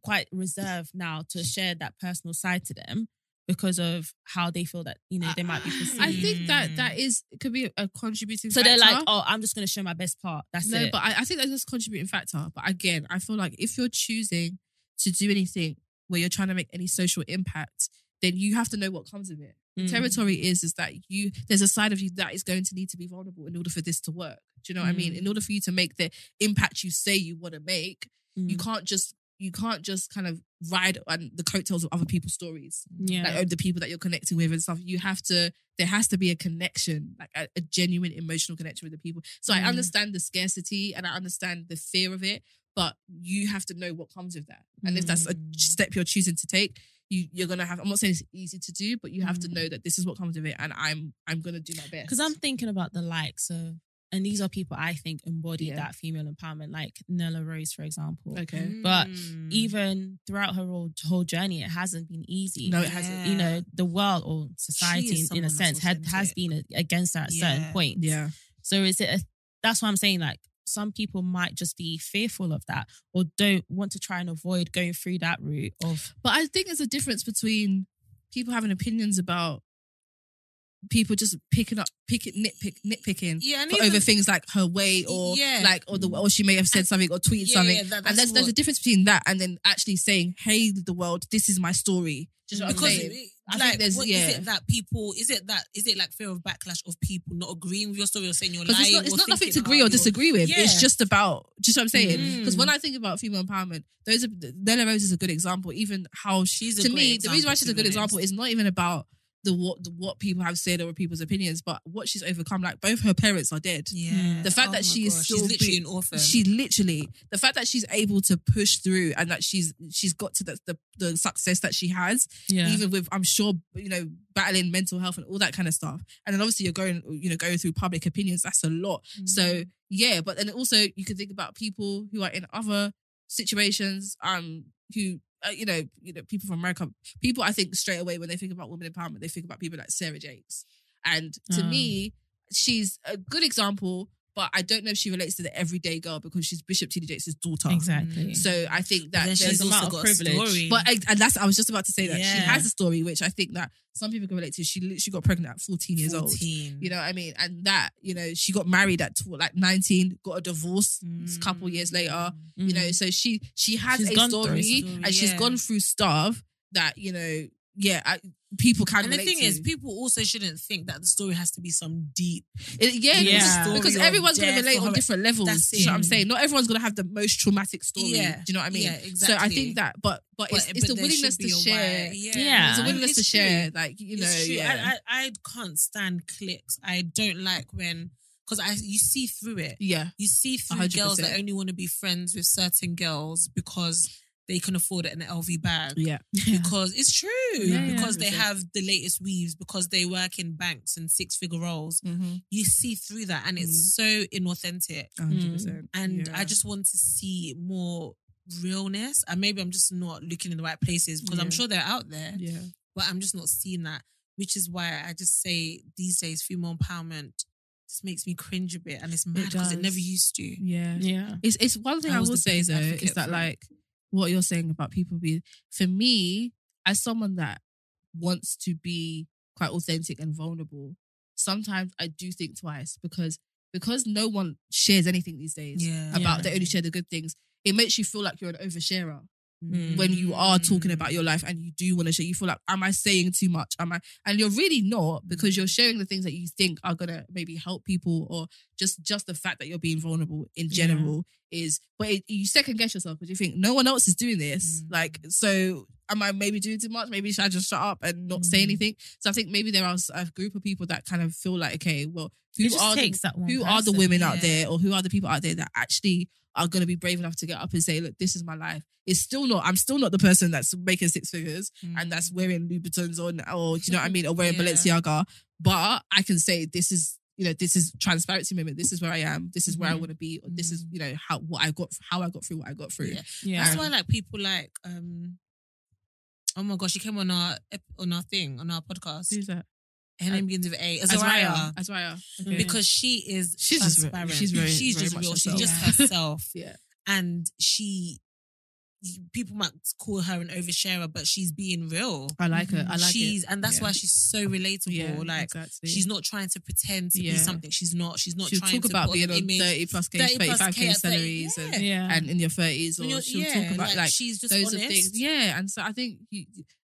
Speaker 4: quite reserved now to share that personal side to them because of how they feel that you know they might be perceived.
Speaker 2: I think that that is could be a contributing.
Speaker 4: Mm. so they're like,
Speaker 2: factor.
Speaker 4: oh, I'm just going to show my best part. That's
Speaker 2: no,
Speaker 4: it.
Speaker 2: but I, I think that's just a contributing factor. But again, I feel like if you're choosing to do anything where you're trying to make any social impact, then you have to know what comes of it.
Speaker 4: Mm.
Speaker 2: Territory is is that you there's a side of you that is going to need to be vulnerable in order for this to work. Do you know what I mean?
Speaker 4: Mm.
Speaker 2: In order for you to make the impact you say you want to make, you
Speaker 4: Mm.
Speaker 2: can't just you can't just kind of ride on the coattails of other people's stories
Speaker 4: yeah.
Speaker 2: like oh, the people that you're connecting with and stuff. You have to. There has to be a connection, like a, a genuine emotional connection with the people. So I
Speaker 4: Mm.
Speaker 2: understand the scarcity and I understand the fear of it, but you have to know what comes with that. And if that's a
Speaker 1: Mm.
Speaker 2: step you're choosing to take, you you're gonna have. I'm not saying it's easy to do, but you have to know that this is what comes with it, and I'm I'm gonna do my best.
Speaker 4: Because I'm thinking about the likes of, and these are people I think embody
Speaker 2: Yeah.
Speaker 4: that female empowerment, like Nella Rose, for example.
Speaker 2: okay.
Speaker 4: But
Speaker 1: Mm.
Speaker 4: Even throughout her whole, whole journey, it hasn't been easy.
Speaker 2: No, it hasn't.
Speaker 4: You know, the world or society, in,
Speaker 1: someone
Speaker 4: a
Speaker 1: that's
Speaker 4: sense,
Speaker 1: also
Speaker 4: had, has
Speaker 1: into
Speaker 4: been a, against her at certain
Speaker 1: Yeah.
Speaker 4: point.
Speaker 2: Yeah.
Speaker 4: So is it? A, that's why I'm saying, like, some people might just be fearful of that or don't want to try and avoid going through that route of
Speaker 2: But I think there's a difference between people having opinions about people just picking up, picking, nitpick, nitpicking
Speaker 1: Yeah, and
Speaker 2: for
Speaker 1: even-
Speaker 2: over things like her weight or
Speaker 1: Yeah.
Speaker 2: like or the or she may have said something or tweeted
Speaker 1: Yeah,
Speaker 2: something.
Speaker 1: yeah, that- that's
Speaker 2: and there's, there's a
Speaker 1: what-
Speaker 2: difference between that and then actually saying, "Hey, the world, this is my story." Just what I'm
Speaker 1: because
Speaker 2: saying.
Speaker 1: it-
Speaker 2: I think
Speaker 1: like, what
Speaker 2: there's-
Speaker 1: is
Speaker 2: yeah.
Speaker 1: it that people? Is it that? Is it like fear of backlash of people not agreeing with your story or saying you're
Speaker 2: Because
Speaker 1: lying?
Speaker 2: it's not, it's
Speaker 1: or
Speaker 2: not nothing to
Speaker 1: thinking,
Speaker 2: agree
Speaker 1: oh,
Speaker 2: or
Speaker 1: you're-
Speaker 2: disagree with. It's
Speaker 1: Yeah.
Speaker 2: just about, just what I'm saying. Because
Speaker 1: Mm.
Speaker 2: when I think about female empowerment, those are, Della Rose is a good example. Even how she's
Speaker 1: a
Speaker 2: to
Speaker 1: great
Speaker 2: me, the reason why
Speaker 1: example,
Speaker 2: she's
Speaker 1: to
Speaker 2: a good
Speaker 1: be honest.
Speaker 2: example is not even about the what the, what people have said or people's opinions, but what she's overcome. Like both her parents are dead.
Speaker 1: Yeah,
Speaker 2: The fact
Speaker 1: Oh
Speaker 2: that
Speaker 1: my
Speaker 2: she is
Speaker 1: gosh,
Speaker 2: still
Speaker 1: she's literally
Speaker 2: being-
Speaker 1: an orphan.
Speaker 2: She literally, the fact that she's able to push through and that she's she's got to the the, the success that she has,
Speaker 4: yeah
Speaker 2: even with I'm sure you know battling mental health and all that kind of stuff. And then obviously you're going you know going through public opinions. That's a lot. So yeah, but then also you could think about people who are in other situations, um, who uh, you know, you know, people from America. People, I think straight away when they think about women empowerment, they think about people like Sarah Jakes, and to
Speaker 4: Ah.
Speaker 2: me, she's a good example. But I don't know if she relates to the everyday girl because she's Bishop T.D. Jakes' daughter.
Speaker 4: exactly
Speaker 2: So I think that
Speaker 1: then
Speaker 2: there's
Speaker 1: she's
Speaker 4: a lot
Speaker 1: also
Speaker 4: of
Speaker 1: got
Speaker 4: privilege.
Speaker 1: a story.
Speaker 2: but I- and that's I was just about to say that she
Speaker 4: Yeah.
Speaker 2: has a story which I think that some people can relate to. She literally got pregnant at 14 years old.
Speaker 1: 14.
Speaker 2: You know what I mean? And that, you know, she got married at tw- like 19, got a divorce a couple years later. You know, so she she has
Speaker 4: She's
Speaker 2: a
Speaker 4: gone
Speaker 2: story,
Speaker 4: through
Speaker 1: stuff,
Speaker 2: and she's
Speaker 1: yeah.
Speaker 2: gone through stuff that, you know, yeah, I, people can
Speaker 1: and the
Speaker 2: relate
Speaker 1: thing
Speaker 2: to.
Speaker 1: is, people also shouldn't think that the story has to be some deep.
Speaker 2: It- yeah,
Speaker 4: Yeah.
Speaker 2: Because,
Speaker 1: Story
Speaker 2: because
Speaker 1: of
Speaker 2: everyone's going to
Speaker 1: death
Speaker 2: relate
Speaker 1: or
Speaker 2: on
Speaker 1: how-
Speaker 2: different levels.
Speaker 1: That's
Speaker 2: Do you know what I'm
Speaker 1: it.
Speaker 2: saying? Not everyone's going to have the most traumatic story.
Speaker 1: Yeah.
Speaker 2: Do you know what I mean?
Speaker 1: Yeah,
Speaker 2: So I
Speaker 1: exactly.
Speaker 2: think that, but but, it's,
Speaker 1: But- but there
Speaker 2: it's the
Speaker 1: should
Speaker 2: willingness to
Speaker 1: be a
Speaker 2: share.
Speaker 1: way. Yeah.
Speaker 4: Yeah.
Speaker 2: It's a willingness
Speaker 1: It's
Speaker 2: to share,
Speaker 1: true.
Speaker 2: like you know,
Speaker 1: It's true.
Speaker 2: yeah,
Speaker 1: I, I I can't stand clicks. I don't like when because I you see through it.
Speaker 2: yeah. (laughs)
Speaker 1: You see through
Speaker 2: 100%.
Speaker 1: girls that only want to be friends with certain girls because they can afford an LV bag.
Speaker 2: Yeah. Mm-hmm.
Speaker 1: Because it's true.
Speaker 4: Yeah,
Speaker 1: because
Speaker 2: yeah.
Speaker 1: they have the latest weaves. Because they work in banks and six figure roles.
Speaker 2: Mm.
Speaker 1: You see through that, and it's so inauthentic. Mm.
Speaker 2: 100%.
Speaker 1: and
Speaker 2: Mm. Yeah.
Speaker 1: I just want to see more realness. And maybe I'm just not looking in the right places because I'm
Speaker 2: Yeah.
Speaker 1: sure they're out there,
Speaker 2: Yeah.
Speaker 1: but I'm just not seeing that. Which is why I just say these days female empowerment just makes me cringe a bit, and it's mad because it,
Speaker 2: does.
Speaker 1: never used to.
Speaker 2: Mm. Yeah.
Speaker 4: yeah
Speaker 2: It's it's one thing
Speaker 1: I
Speaker 2: I,
Speaker 1: was
Speaker 2: will
Speaker 1: the
Speaker 2: say
Speaker 1: biggest
Speaker 2: though is
Speaker 1: advocate
Speaker 2: that
Speaker 1: for it.
Speaker 2: like what you're saying about people being for me as someone that wants to be quite authentic and vulnerable, sometimes I do think twice because because no one shares anything these days
Speaker 1: Yeah.
Speaker 2: about
Speaker 4: Yeah.
Speaker 2: they only share the good things. It makes you feel like you're an oversharer when you are
Speaker 4: Mm.
Speaker 2: talking about your life and you do want to share. You feel like, am I saying too much? Am I? And you're really not because you're sharing the things that you think are gonna maybe help people, or just just the fact that you're being vulnerable in
Speaker 4: Yeah.
Speaker 2: general is. But it, you second guess yourself because you think no one else is doing this.
Speaker 4: Mm.
Speaker 2: Like, so am I maybe doing too much? Maybe should I just shut up and not say
Speaker 4: Mm.
Speaker 2: anything? So I think maybe there are s- a group of people that kind of feel like, okay, well, who
Speaker 4: it just
Speaker 2: are the-
Speaker 4: takes that one
Speaker 2: who are the
Speaker 4: person.
Speaker 2: women
Speaker 1: yeah.
Speaker 2: out there or who are the people out there that actually are going to be brave enough to get up and say look this is my life it's still not i'm still not the person that's making six figures and that's wearing louboutins on or do you know what i mean or wearing
Speaker 1: Mm. Yeah.
Speaker 2: balenciaga but i can say this is you know this is transparency moment this is where i am this is where i
Speaker 1: Mm-hmm.
Speaker 2: want to be or this is you know how what i got how i got through what i got through
Speaker 1: Yeah.
Speaker 4: yeah
Speaker 1: That's why like people like um oh my gosh, she came on our ep- on our thing on our podcast.
Speaker 2: who's that
Speaker 1: Her name begins with A. Azariah.
Speaker 2: azariah azariah
Speaker 4: Okay.
Speaker 1: because she is
Speaker 2: She's just re-
Speaker 1: transparent.
Speaker 2: she's very-
Speaker 1: she's
Speaker 2: very
Speaker 1: just
Speaker 2: much
Speaker 1: real.
Speaker 2: herself.
Speaker 1: She's just herself.
Speaker 2: (laughs) Yeah.
Speaker 1: and she people might call her an oversharer, but she's being real.
Speaker 2: i like her i like
Speaker 1: she's
Speaker 2: it
Speaker 1: and that's
Speaker 2: Yeah.
Speaker 1: why she's so relatable.
Speaker 2: yeah
Speaker 1: like
Speaker 2: exactly.
Speaker 1: she's not trying to pretend to be
Speaker 2: Yeah.
Speaker 1: something. She's not. She's not
Speaker 2: she'll
Speaker 1: trying
Speaker 2: talk
Speaker 1: to
Speaker 2: about
Speaker 1: put
Speaker 2: being
Speaker 1: an
Speaker 2: on
Speaker 1: image.
Speaker 2: 30 plus k
Speaker 1: 30 plus
Speaker 2: 35
Speaker 1: K
Speaker 2: k
Speaker 1: at 30,
Speaker 2: salaries and
Speaker 4: yeah
Speaker 2: and in your thirties, or
Speaker 1: And you're-
Speaker 2: she'll
Speaker 1: yeah,
Speaker 2: talk about
Speaker 1: like,
Speaker 2: like,
Speaker 1: she's just
Speaker 2: those are
Speaker 1: honest.
Speaker 2: things. Yeah, and so I think you,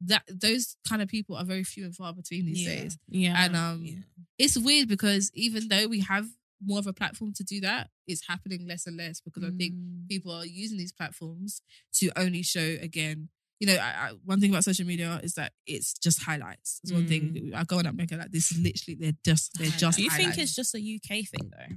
Speaker 2: that those kind of people are very few and far between these
Speaker 1: Yeah.
Speaker 2: days.
Speaker 4: yeah
Speaker 2: And um,
Speaker 1: Yeah.
Speaker 2: it's weird because even though we have more of a platform to do that, it's happening less and less because I think
Speaker 1: Mm.
Speaker 2: people are using these platforms to only show again. You know, I, I, one thing about social media is that it's just highlights. It's one
Speaker 1: Mm.
Speaker 2: thing I go on Upmaker like this. is Literally, they're just they're just.
Speaker 4: do you think
Speaker 2: highlights.
Speaker 4: it's just a UK thing though?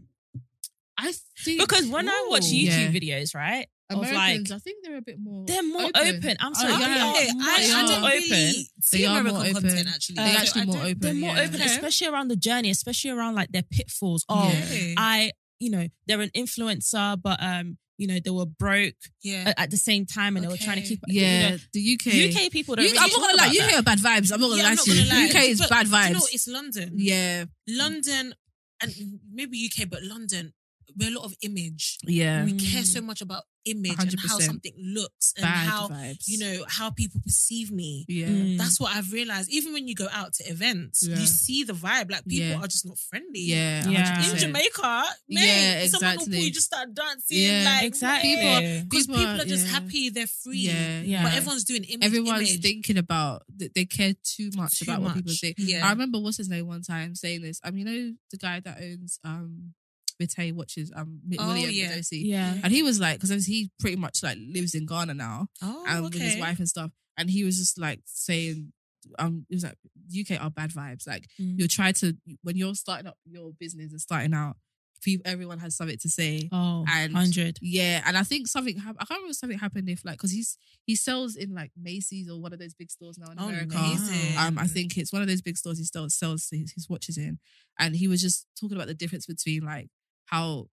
Speaker 2: I think
Speaker 4: Because when I watch
Speaker 2: Ooh.
Speaker 4: YouTube
Speaker 2: Yeah.
Speaker 4: videos, right, of like
Speaker 2: Americans, I think they're a bit more.
Speaker 4: They're more open. I'm sorry,
Speaker 2: Oh,
Speaker 4: they
Speaker 2: yeah.
Speaker 4: are
Speaker 1: I,
Speaker 4: much
Speaker 1: I, I don't
Speaker 4: more open.
Speaker 1: really see
Speaker 2: They are
Speaker 1: American
Speaker 2: more open.
Speaker 1: content actually.
Speaker 4: They're
Speaker 1: So I
Speaker 2: actually more
Speaker 1: don't-
Speaker 2: open,
Speaker 4: they're more
Speaker 2: yeah.
Speaker 4: open,
Speaker 2: Okay.
Speaker 4: especially around the journey, especially around like their pitfalls. Oh,
Speaker 1: Yeah.
Speaker 4: I, you know, they're an influencer, but um, you know, they were broke
Speaker 1: Yeah.
Speaker 4: a- at the same time, and they were trying to
Speaker 1: Okay.
Speaker 4: keep.
Speaker 2: Yeah, the UK.
Speaker 4: you know, UK people don't.
Speaker 2: You-
Speaker 4: really
Speaker 2: I'm not
Speaker 4: talk
Speaker 2: gonna lie.
Speaker 4: about
Speaker 2: You
Speaker 4: that.
Speaker 2: hear bad vibes. I'm not gonna
Speaker 1: Yeah,
Speaker 2: lie
Speaker 1: I'm not
Speaker 2: to oh, you.
Speaker 1: gonna lie.
Speaker 2: UK is
Speaker 1: But
Speaker 2: bad
Speaker 1: do you
Speaker 2: vibes.
Speaker 1: know what? it's London.
Speaker 2: yeah,
Speaker 1: London and maybe UK, but London. we're a lot of image.
Speaker 2: Yeah.
Speaker 1: We care so much about image and how
Speaker 2: 100%.
Speaker 1: something looks and
Speaker 2: Mm. Bad
Speaker 1: how
Speaker 2: vibes.
Speaker 1: you know how people perceive me.
Speaker 2: Yeah.
Speaker 1: That's what I've realized. Even when you go out to events,
Speaker 2: Yeah.
Speaker 1: you see the vibe. Like people
Speaker 2: Yeah.
Speaker 1: are just not friendly.
Speaker 2: Yeah.
Speaker 4: Yeah.
Speaker 1: In
Speaker 2: 100%.
Speaker 1: Jamaica, mate,
Speaker 2: Yeah,
Speaker 1: someone will pull
Speaker 2: exactly.
Speaker 1: you just start dancing.
Speaker 2: Yeah,
Speaker 1: like
Speaker 4: exactly.
Speaker 1: People,
Speaker 4: People
Speaker 1: are- 'cause
Speaker 2: people
Speaker 1: people
Speaker 2: are-
Speaker 1: are just
Speaker 2: yeah.
Speaker 1: happy. They're free.
Speaker 2: Yeah.
Speaker 4: Yeah.
Speaker 1: But everyone's doing image.
Speaker 2: Everyone's
Speaker 1: image.
Speaker 2: thinking about that they care too much
Speaker 1: Too
Speaker 2: about what people
Speaker 1: much.
Speaker 2: think.
Speaker 1: Yeah.
Speaker 2: I remember what's his name one time saying this. Um, you know the guy that owns um Vitae watches um
Speaker 1: Oh,
Speaker 2: William
Speaker 1: yeah.
Speaker 2: Midosi?
Speaker 4: Yeah.
Speaker 2: And he was like, because he pretty much like lives in Ghana now,
Speaker 1: Oh,
Speaker 2: and
Speaker 1: okay.
Speaker 2: with his wife and stuff. And he was just like saying, um, it was like UK are bad vibes. Like
Speaker 4: Mm.
Speaker 2: you'll try to when you're starting up your business and starting out, people, everyone has something to say.
Speaker 4: Oh,
Speaker 2: And-
Speaker 4: 100.
Speaker 2: Yeah, and I think something hap- I can't remember if something happened if like because he's he sells in like Macy's or one of those big stores now in
Speaker 1: Oh,
Speaker 2: America.
Speaker 1: amazing.
Speaker 2: Um, I think it's one of those big stores he still sells his, his watches in, and he was just talking about the difference between like how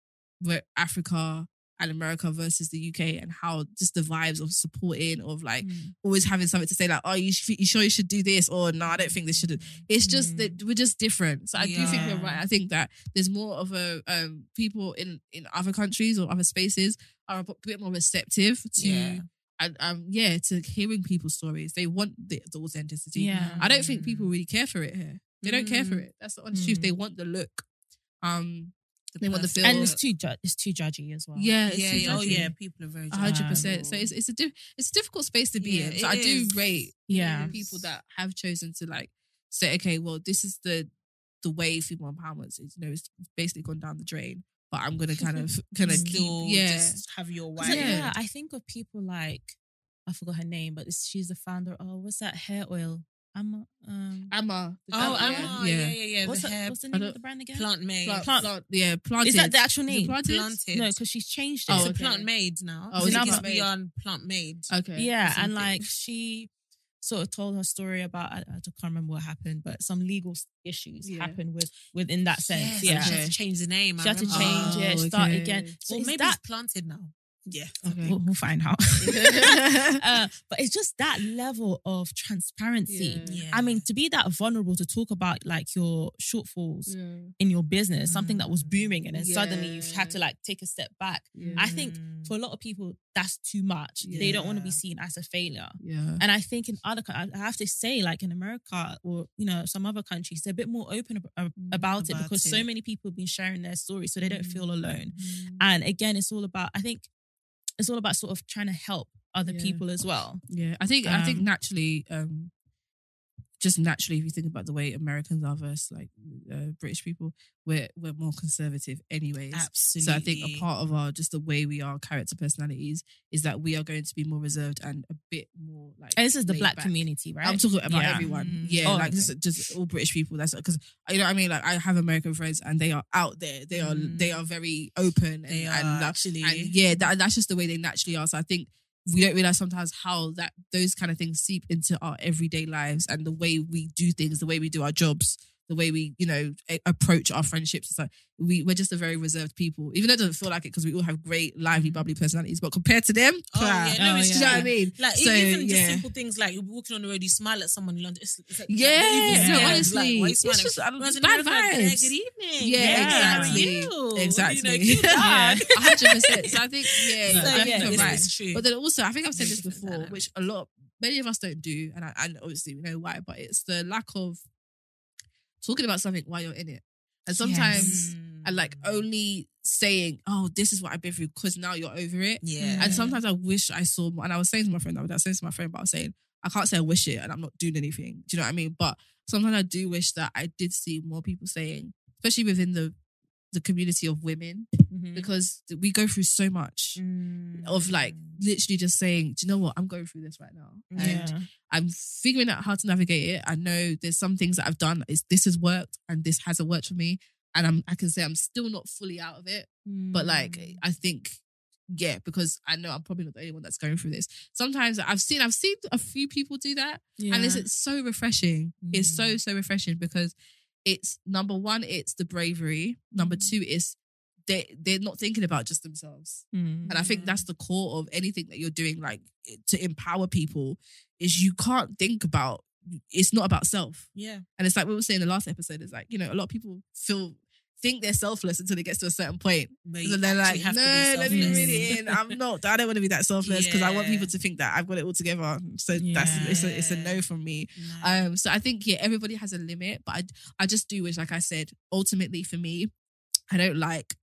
Speaker 2: where Africa and America versus the UK, and how just the vibes of supporting of like
Speaker 4: Mm.
Speaker 2: always having something to say like oh you sh- you sure you should do this or no I don't think this should. It's just that we're just different. So I do think you're
Speaker 1: Mm. Yeah.
Speaker 2: right. I think that there's more of a um people in in other countries or other spaces are a b- bit more receptive to.
Speaker 1: Yeah.
Speaker 2: And um, yeah, to hearing people's stories, they want the, the authenticity.
Speaker 4: Yeah.
Speaker 2: I don't think people really care for it here. They don't care for
Speaker 1: Mm.
Speaker 2: it. That's the honest truth. They want the look. Um, they want the feel.
Speaker 4: And it's too ju- it's too judgy as well.
Speaker 2: yeah, it's
Speaker 1: yeah,
Speaker 2: too
Speaker 1: yeah, oh
Speaker 2: judgy.
Speaker 1: yeah, people are very
Speaker 2: A hundred percent.
Speaker 1: judgmental.
Speaker 2: So it's it's a diff- it's a difficult space to be
Speaker 1: Yeah,
Speaker 2: in.
Speaker 1: it
Speaker 2: So I
Speaker 1: is.
Speaker 2: do rate
Speaker 4: Yeah.
Speaker 2: people that have chosen to like say, okay, well, this is the the way female empowerment is. You know, it's basically gone down the drain. But I'm gonna kind
Speaker 4: (laughs)
Speaker 2: of kind of
Speaker 1: still
Speaker 2: keep, yeah,
Speaker 1: just have your wife.
Speaker 4: Cause I-
Speaker 2: Yeah.
Speaker 4: yeah. I think of people like I forgot her name, but it's, she's the founder. Oh, what's that hair oil? I'm um.
Speaker 2: Amma.
Speaker 1: Oh,
Speaker 2: yeah.
Speaker 1: Emma, yeah, yeah, yeah. the
Speaker 4: what's, the,
Speaker 1: hair
Speaker 4: what's the
Speaker 2: I
Speaker 4: name
Speaker 2: don't-
Speaker 4: of the brand again?
Speaker 1: plant made.
Speaker 2: Plant,
Speaker 4: Plant-
Speaker 2: plant- yeah, planted.
Speaker 4: Is that the actual
Speaker 2: Is it
Speaker 4: name?
Speaker 2: planted?
Speaker 1: Planted.
Speaker 4: No, because she's changed it.
Speaker 2: Oh,
Speaker 1: It's a
Speaker 2: okay.
Speaker 1: plant made now.
Speaker 2: Oh,
Speaker 1: I
Speaker 4: is
Speaker 1: think
Speaker 4: it
Speaker 1: it's
Speaker 4: plant
Speaker 2: made? Oh,
Speaker 1: beyond plant made.
Speaker 2: Okay.
Speaker 4: Yeah,
Speaker 2: Something.
Speaker 4: and like she sort of told her story about I, I can't remember what happened, but some legal s- issues
Speaker 2: Yeah.
Speaker 4: happened with within that sense.
Speaker 2: Yes,
Speaker 4: yeah,
Speaker 1: She
Speaker 2: okay.
Speaker 1: had to change the name. I
Speaker 4: she had to
Speaker 1: remember.
Speaker 4: change it,
Speaker 2: Oh,
Speaker 4: start
Speaker 2: okay.
Speaker 4: again. So
Speaker 1: Well,
Speaker 4: it's
Speaker 1: maybe
Speaker 4: that
Speaker 1: it's planted now. Yeah.
Speaker 2: Okay.
Speaker 4: we'll, we'll find out. uh, but it's just that level of transparency.
Speaker 2: Yeah.
Speaker 4: I mean, to be that vulnerable to talk about like your shortfalls
Speaker 2: Yeah.
Speaker 4: (laughs) in your business, something that was booming, and then suddenly you've
Speaker 2: Mm. Yeah.
Speaker 4: had to like take a step back.
Speaker 2: (laughs) Yeah.
Speaker 4: I think for a lot of people, that's too much. They don't want to
Speaker 2: Yeah. Mm.
Speaker 4: be seen as a failure.
Speaker 2: yeah.
Speaker 4: And I think in other, co- I I have to say, like in America or you know some other countries, they're a bit more open ab- ab-
Speaker 2: Mm,
Speaker 4: about, it
Speaker 1: about
Speaker 4: because
Speaker 1: it.
Speaker 4: so many people have been sharing their story, so they don't feel alone.
Speaker 2: Mm.
Speaker 4: And again, it's all about. I think it's all about sort of trying to help other
Speaker 2: Yeah.
Speaker 4: people as well.
Speaker 2: Yeah, I think I think
Speaker 4: Um,
Speaker 2: naturally, um, just naturally, if you think about the way Americans are versus like uh, British people, we're we're more conservative, anyways.
Speaker 1: Absolutely.
Speaker 2: So I think a part of our just the way we are, character personalities, is that we are going to be more reserved and a bit more like.
Speaker 4: And this is the
Speaker 2: laid
Speaker 4: black
Speaker 2: back.
Speaker 4: community, right? (laughs)
Speaker 2: I'm talking about
Speaker 4: Yeah.
Speaker 2: everyone.
Speaker 1: Mm.
Speaker 2: Yeah,
Speaker 4: Oh,
Speaker 2: like
Speaker 4: okay.
Speaker 2: just, just all British people. That's because you know what I mean. Like I have American friends, and they are out there. They are
Speaker 1: Mm.
Speaker 2: they are very open. And,
Speaker 1: they are
Speaker 2: and, like,
Speaker 1: actually.
Speaker 2: and yeah, that, that's just the way they naturally are. So I think we don't realize sometimes how that those kind of things seep into our everyday lives and the way we do things, the way we do our jobs, the way we you know a- approach our friendships. It's like we we're just a very reserved people, even though it doesn't feel like it because we all have great, lively, bubbly personalities. But compared to them,
Speaker 1: Mm-hmm. Oh, yeah,
Speaker 2: pah,
Speaker 1: no,
Speaker 4: Oh,
Speaker 1: it's
Speaker 2: (laughs) do
Speaker 4: yeah.
Speaker 2: you know what I mean?
Speaker 1: Like
Speaker 2: So,
Speaker 1: even just
Speaker 2: yeah.
Speaker 1: simple things like you're walking on the road, you smile at someone in London. It's, it's like,
Speaker 2: Yeah,
Speaker 1: don't even
Speaker 4: no,
Speaker 1: smile. Like,
Speaker 2: honestly,
Speaker 1: why are you
Speaker 2: it's
Speaker 1: smiling?
Speaker 2: just, I don't-
Speaker 1: Whereas in
Speaker 2: bad
Speaker 1: America, like, "Hey,
Speaker 2: vibes.
Speaker 1: Good evening.
Speaker 2: Yeah,
Speaker 1: how are
Speaker 4: exactly.
Speaker 1: you?"
Speaker 2: Exactly. (laughs)
Speaker 1: You know, cute
Speaker 4: Yeah.
Speaker 1: dog.
Speaker 2: hundred percent. So I think yeah,
Speaker 1: So,
Speaker 2: you're
Speaker 1: yeah,
Speaker 2: definitely
Speaker 1: it's,
Speaker 2: right.
Speaker 1: it's true.
Speaker 2: But then also, I think I've said
Speaker 1: Very
Speaker 2: this
Speaker 1: different
Speaker 2: before,
Speaker 1: dynamic.
Speaker 2: which a lot, many of us don't do, and I, and obviously we know why. But it's the lack of talking about something while you're in it, and sometimes and like only saying, "Oh, this is what I've been through," because now you're over it.
Speaker 1: yeah.
Speaker 2: And sometimes I wish I saw more. And I was saying to my friend, I was saying to my friend, but I was saying, I can't say I wish it and I'm not doing anything. Do you know what I mean? But sometimes I do wish that I did see more people saying, especially within the the community of women, because we go through so much of like literally just saying, Do you know what? I'm going through this right now. And
Speaker 4: Yeah.
Speaker 2: I'm figuring out how to navigate it. I know there's some things that I've done is this has worked and this hasn't worked for me. And I'm I can say I'm still not fully out of it. But like I think, yeah, because I know I'm probably not the only one that's going through this. Sometimes I've seen I've seen a few people do that. And it's, it's so refreshing. It's so, so refreshing because it's number one, it's the bravery. Number two, it's they they're not thinking about just themselves. And I think that's the core of anything that you're doing, like to empower people, is you can't think about it's not about self.
Speaker 1: Yeah.
Speaker 2: And it's like we were saying in the last episode, it's like, you know, a lot of people feel think they're selfless until it gets to a certain point.
Speaker 1: But
Speaker 2: And
Speaker 1: you
Speaker 2: then they're
Speaker 1: actually
Speaker 2: like, no,
Speaker 1: have to be
Speaker 2: let me
Speaker 1: selfless.
Speaker 2: read it
Speaker 1: (laughs)
Speaker 2: in. I'm not. I don't want to be that selfless because I want
Speaker 1: Yeah.
Speaker 2: people to think that I've got it all together. So that's it's a, it's a no from me.
Speaker 1: Nah.
Speaker 2: Um, so I think yeah, everybody has a limit, but I I just do wish, like I said, ultimately for me, I don't like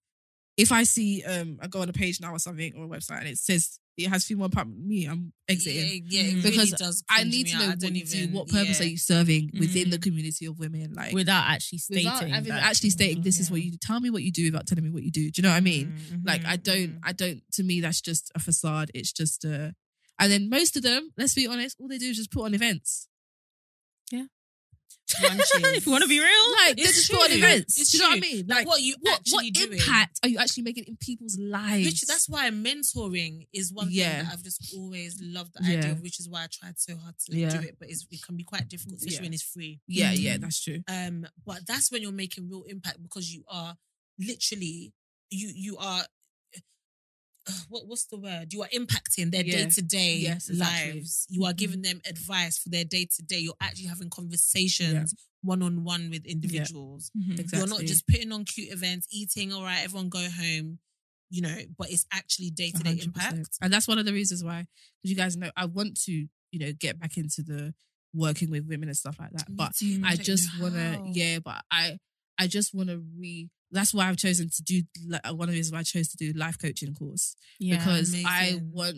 Speaker 2: if I see um I go on a page now or something or a website and it says it has female empowerment, me I'm exiting.
Speaker 1: Yeah, yeah, it
Speaker 2: Because
Speaker 1: really does
Speaker 2: I
Speaker 1: cringe
Speaker 2: need
Speaker 1: me
Speaker 2: to
Speaker 1: out.
Speaker 2: know
Speaker 1: I
Speaker 2: what,
Speaker 1: don't
Speaker 2: you do,
Speaker 1: even-
Speaker 2: what purpose
Speaker 1: yeah.
Speaker 2: are you serving within the
Speaker 4: Mm.
Speaker 2: community of women? Like
Speaker 4: without actually stating.
Speaker 2: without having
Speaker 4: that-
Speaker 2: actually
Speaker 1: Mm-hmm.
Speaker 2: stating this is what you do. Tell me what you do without telling me what you do. Do you know what I mean?
Speaker 1: Mm-hmm.
Speaker 2: Like I don't, I don't. To me, that's just a facade. It's just a. And then most of them, let's be honest, all they do is just put on events.
Speaker 1: (laughs)
Speaker 4: if you want to be real,
Speaker 2: Like they
Speaker 1: Oh, It's
Speaker 2: just put on
Speaker 1: true.
Speaker 2: events.
Speaker 1: It's
Speaker 2: do you know what I
Speaker 1: true.
Speaker 2: mean?
Speaker 1: Like,
Speaker 2: Like what,
Speaker 1: what you
Speaker 2: what,
Speaker 1: actually doing.
Speaker 2: impact are you actually making in people's lives?
Speaker 1: Which that's why mentoring is one
Speaker 2: Yeah.
Speaker 1: thing that I've just always loved the
Speaker 2: Yeah.
Speaker 1: idea of, which is why I tried so hard to
Speaker 2: Yeah.
Speaker 1: do it. But it's, it can be quite difficult, especially
Speaker 2: Yeah.
Speaker 1: when it's free.
Speaker 2: yeah, yeah, that's true.
Speaker 1: Um, but that's when you're making real impact because you are literally you you are uh, (sighs) what what's the word? You are impacting their
Speaker 2: Yeah.
Speaker 1: day to day
Speaker 2: Yes, exactly. Mm-hmm.
Speaker 1: lives. You are giving them advice for their day to day. You're actually having conversations one on one with individuals.
Speaker 4: Mm-hmm.
Speaker 2: Exactly.
Speaker 1: You're not just putting on cute events, eating, all right, everyone go home, you know, but it's actually day to day
Speaker 2: 100%.
Speaker 1: impact.
Speaker 2: And that's one of the reasons why, because you guys know, I want to, you know, get back into the working with women and stuff like that. But I just want to, yeah, but I, I just want to re. That's why I've chosen to do. like, One of the reasons why I chose to do life coaching course because I
Speaker 1: amazing.
Speaker 2: want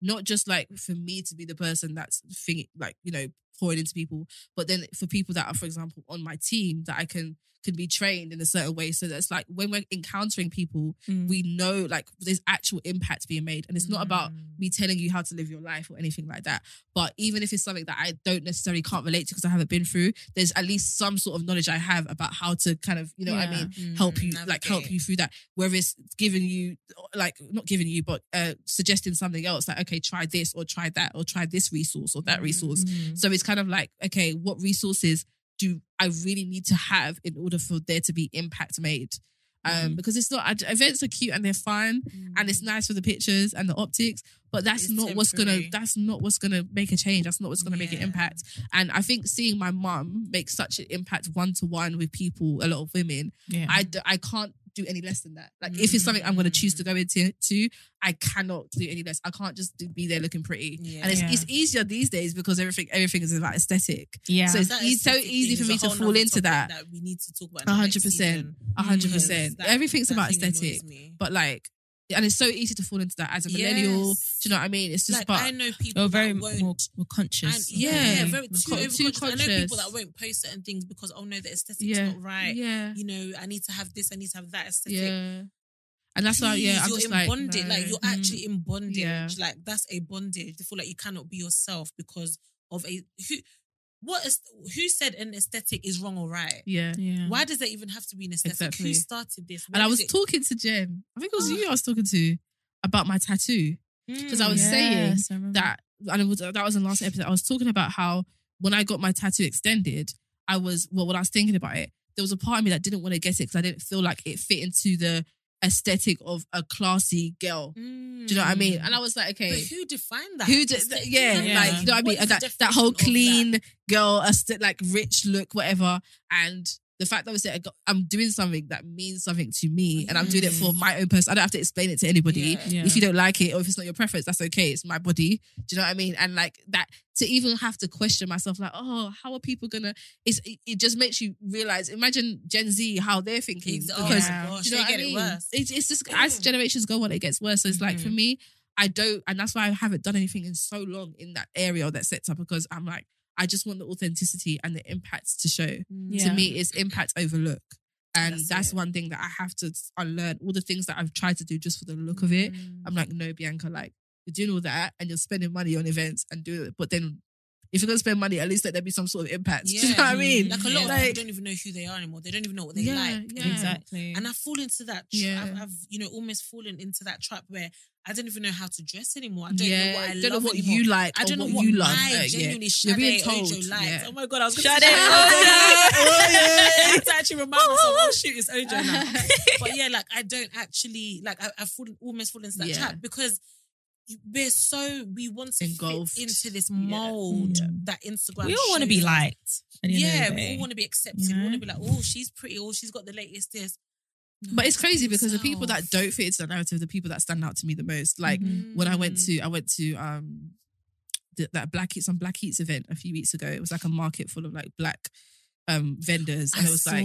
Speaker 2: not just like for me to be the person that's thing, like you know pouring into people, but then for people that are, for example, on my team that I can can be trained in a certain way so that's like when we're encountering people we know like there's actual impact being made and Mm. it's not about
Speaker 1: Mm.
Speaker 2: me telling you how to live your life or anything like that but even if it's something that i don't necessarily can't relate to because i haven't been through there's at least some sort of knowledge i have about how to kind of you know what i
Speaker 4: Yeah.
Speaker 2: mean help
Speaker 1: Mm,
Speaker 2: you like help
Speaker 1: navigate.
Speaker 2: you through that whether it's giving you like not giving you but uh suggesting something else like okay try this or try that or try this resource or
Speaker 1: Mm-hmm.
Speaker 2: that resource so it's kind of like okay what resources do i really need to have in order for there to be impact made um because it's not I- events are cute and they're fun and it's nice for the pictures and the optics but that's
Speaker 1: It's
Speaker 2: not what's gonna
Speaker 1: temporary.
Speaker 2: that's not what's gonna make a change that's not what's gonna make an
Speaker 1: Yeah.
Speaker 2: impact and i think seeing my mum make such an impact one-to-one with people a lot of women
Speaker 4: yeah.
Speaker 2: I, d- I can't do any less than that. Like if it's something I'm going to choose to
Speaker 1: Mm.
Speaker 2: go into, to, I cannot do any less. I can't just do- be there looking pretty.
Speaker 1: Yeah.
Speaker 2: And it's,
Speaker 4: Yeah.
Speaker 2: it's easier these days because everything everything is about aesthetic.
Speaker 4: yeah.
Speaker 2: So it's
Speaker 1: That
Speaker 2: eas- so
Speaker 1: aesthetic thing
Speaker 2: easy for
Speaker 1: is
Speaker 2: me
Speaker 1: a
Speaker 2: to
Speaker 1: whole
Speaker 2: fall
Speaker 1: nother
Speaker 2: into
Speaker 1: topic
Speaker 2: that.
Speaker 1: That we need to talk about. in
Speaker 2: A
Speaker 1: the
Speaker 2: hundred
Speaker 1: next
Speaker 2: percent.
Speaker 1: season,
Speaker 2: A hundred
Speaker 1: because
Speaker 2: percent.
Speaker 1: that-
Speaker 2: Everything's
Speaker 1: that
Speaker 2: about
Speaker 1: thing annoys
Speaker 2: aesthetic.
Speaker 1: me.
Speaker 2: But like, and it's so easy to fall into that as a millennial.
Speaker 1: Yes.
Speaker 2: Do you know what I mean? It's just
Speaker 1: like
Speaker 2: but
Speaker 1: I know people
Speaker 4: Or very
Speaker 1: that won't.
Speaker 4: more, more
Speaker 1: and-
Speaker 4: conscious.
Speaker 1: yeah,
Speaker 2: Yeah.
Speaker 1: very
Speaker 2: We're
Speaker 1: too, overconscious.
Speaker 2: co- too
Speaker 1: I know people
Speaker 2: conscious.
Speaker 1: that won't post certain things because oh no, the aesthetic's
Speaker 2: Yeah.
Speaker 1: not right.
Speaker 2: yeah,
Speaker 1: You know, I need to have this. I need to have that aesthetic.
Speaker 2: yeah. And that's why
Speaker 1: Please,
Speaker 2: yeah, I'm
Speaker 1: you're
Speaker 2: just
Speaker 1: in
Speaker 2: like,
Speaker 1: bondage.
Speaker 2: no.
Speaker 1: Like you're
Speaker 2: Mm.
Speaker 1: actually in bondage.
Speaker 2: Yeah.
Speaker 1: Like that's a bondage. They feel like you cannot be yourself because of a who. What is who said an aesthetic is wrong or right?
Speaker 2: yeah.
Speaker 4: yeah.
Speaker 1: Why does that even have to be an aesthetic?
Speaker 2: Mm. Exactly.
Speaker 1: Who started this?
Speaker 2: And
Speaker 1: Where
Speaker 2: I
Speaker 1: is
Speaker 2: was
Speaker 1: it-
Speaker 2: talking to Jen. I think
Speaker 1: (gasps)
Speaker 2: it was you I was talking to about my tattoo. because I
Speaker 1: Mm.
Speaker 2: was saying
Speaker 4: Yes, I remember.
Speaker 2: that and it was that was in the last episode. I was talking about how when I got my tattoo extended, I was well when I was thinking about it, there was a part of me that didn't want to get it because I didn't feel like it fit into the aesthetic of a classy girl. Do you know what I mean?
Speaker 1: Mm.
Speaker 2: And I was like,
Speaker 1: But
Speaker 2: okay.
Speaker 1: who defined that?
Speaker 2: Who did,
Speaker 1: Aesthetic?
Speaker 2: yeah,
Speaker 4: Yeah.
Speaker 2: like you know what I mean?
Speaker 1: What is the
Speaker 2: That, that whole
Speaker 1: definition
Speaker 2: clean
Speaker 1: of
Speaker 2: girl, aesthet- like rich look, whatever. And the fact that obviously I got, I'm doing something that means something to me, and I'm doing it for my own person. I don't have to explain it to anybody
Speaker 1: Yeah.
Speaker 4: Yeah.
Speaker 2: if you don't like it or if it's not your preference, that's okay. It's my body. Do you know what I mean? And like that, to even have to question myself, like, oh, how are people gonna? It's it, it just makes you realize. Imagine Gen Z how they're thinking
Speaker 1: Ex- oh
Speaker 2: because
Speaker 1: my gosh,
Speaker 2: do you know
Speaker 1: they
Speaker 2: what
Speaker 1: get
Speaker 2: I
Speaker 1: it
Speaker 2: mean?
Speaker 1: worse. Mm-hmm.
Speaker 2: It's, it's just as
Speaker 1: Mm.
Speaker 2: generations go on, it gets worse. So it's like for me, I don't, and that's why I haven't done anything in so long in that area or that sector because I'm like, I just want the authenticity and the impacts to show to
Speaker 4: Yeah.
Speaker 2: me it's impact over look. And that's,
Speaker 1: That's it.
Speaker 2: one thing that I have to unlearn. All the things that I've tried to do just for the look of
Speaker 4: Mm.
Speaker 2: it.
Speaker 1: Mm-hmm.
Speaker 2: I'm like, no, Bianca, like you're doing all that and you're spending money on events and doing it. But then if you're gonna spend money, at least let there be some sort of impact. (laughs) Do you know what I mean?
Speaker 1: Like a lot of
Speaker 2: Like-
Speaker 1: people don't even know who they are anymore. They don't even know what they
Speaker 2: Yeah,
Speaker 1: like.
Speaker 2: yeah.
Speaker 1: anymore.
Speaker 4: Exactly.
Speaker 1: And I fall into that. Tra-
Speaker 2: Yeah.
Speaker 1: I've, I've, you know, almost fallen into that trap where I don't even know how to dress anymore. I don't
Speaker 2: yeah,
Speaker 1: know what I
Speaker 2: don't
Speaker 1: love
Speaker 2: know what
Speaker 1: anymore.
Speaker 2: you like.
Speaker 1: I
Speaker 2: or
Speaker 1: don't know
Speaker 2: what,
Speaker 1: what
Speaker 2: you love.
Speaker 1: I
Speaker 2: Like, Uh,
Speaker 1: genuinely
Speaker 2: You're being
Speaker 1: Sade Ojo
Speaker 2: told,
Speaker 1: likes.
Speaker 2: yeah.
Speaker 1: (laughs) Oh my god, I was gonna
Speaker 5: Sade
Speaker 1: say- (laughs)
Speaker 2: (laughs)
Speaker 5: Ojo.
Speaker 1: I had to actually remind myself. Oh shoot, it's Ojo
Speaker 2: (laughs)
Speaker 1: now. but yeah, like I don't actually like I, I've fallen almost fallen into that
Speaker 2: Yeah.
Speaker 1: trap because we're so we want to
Speaker 2: Engulfed. Mm.
Speaker 1: fit into this mold
Speaker 4: Mm. Yeah.
Speaker 1: that Instagram.
Speaker 4: we all want to be
Speaker 1: shows.
Speaker 4: liked. at the end of the
Speaker 1: Yeah, we
Speaker 4: day.
Speaker 1: all want to be accepted. We
Speaker 4: know?
Speaker 1: want to be like, oh, she's pretty. Oh, she's got the latest this.
Speaker 2: But it's crazy because the people that
Speaker 1: Themselves.
Speaker 2: don't fit into that narrative, the people that stand out to me the most. Like
Speaker 1: Mm.
Speaker 2: when I went to, I went to um th- that Black Eats on Black Eats event a few weeks ago. It was like a market full of like black um vendors, and it was like,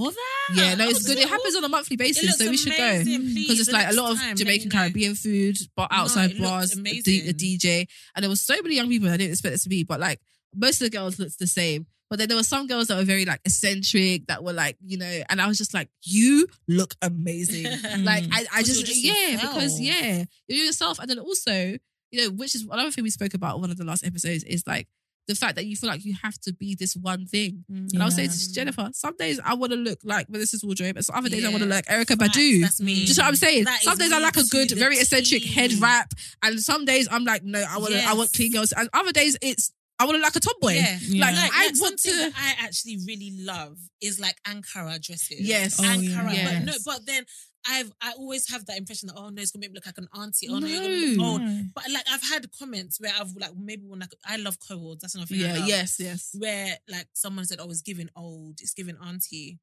Speaker 2: yeah, no, it's
Speaker 1: oh,
Speaker 2: good. It happens on a monthly basis, so we should go because it's like a lot of Jamaican Caribbean food, but
Speaker 1: No,
Speaker 2: outside
Speaker 1: it looked
Speaker 2: bars, a D- a
Speaker 1: amazing.
Speaker 2: DJ, and there was so many young people. I didn't expect it to be, but like most of the girls looked the same. But then there were some girls that were very like eccentric, that were like you know, and I was just like, you look
Speaker 1: (laughs)
Speaker 2: amazing. like I, I
Speaker 1: Because
Speaker 2: just,
Speaker 1: you're just
Speaker 2: yeah, because
Speaker 1: yourself.
Speaker 2: yeah, you're yourself, and then also you know, which is another thing we spoke about on one of the last episodes is like the fact that you feel like you have to be this one thing. And I was saying to Jennifer, some days I want to look like Melissa's wardrobe, and some other days I want to
Speaker 1: Yeah.
Speaker 2: look like Erica
Speaker 1: Facts,
Speaker 2: Badu.
Speaker 1: that's me.
Speaker 2: Just what I'm saying.
Speaker 1: That is
Speaker 2: some days I
Speaker 1: me
Speaker 2: like a
Speaker 1: to
Speaker 2: good,
Speaker 1: the
Speaker 2: very eccentric head
Speaker 1: T.
Speaker 2: wrap, and some days I'm like, no, I want to I want
Speaker 1: Yes.
Speaker 2: clean girls, and other days it's I want to like a tomboy.
Speaker 1: Yeah.
Speaker 2: Like,
Speaker 1: Like,
Speaker 2: I
Speaker 1: like
Speaker 2: want
Speaker 1: something
Speaker 2: to.
Speaker 1: that I actually really love is like Ankara dresses.
Speaker 2: Yes. Oh,
Speaker 1: Ankara.
Speaker 2: yeah.
Speaker 1: But no,
Speaker 2: Yes.
Speaker 1: but then I've I always have that impression that oh no, it's gonna make me look like an auntie. Oh no, you're gonna look
Speaker 2: No.
Speaker 1: old. But like I've had comments where I've like maybe when like I love co-words. That's another thing. I
Speaker 2: Yeah.
Speaker 1: love,
Speaker 2: Yes. Yes.
Speaker 1: Where like someone said, "Oh, it's giving old. It's giving auntie."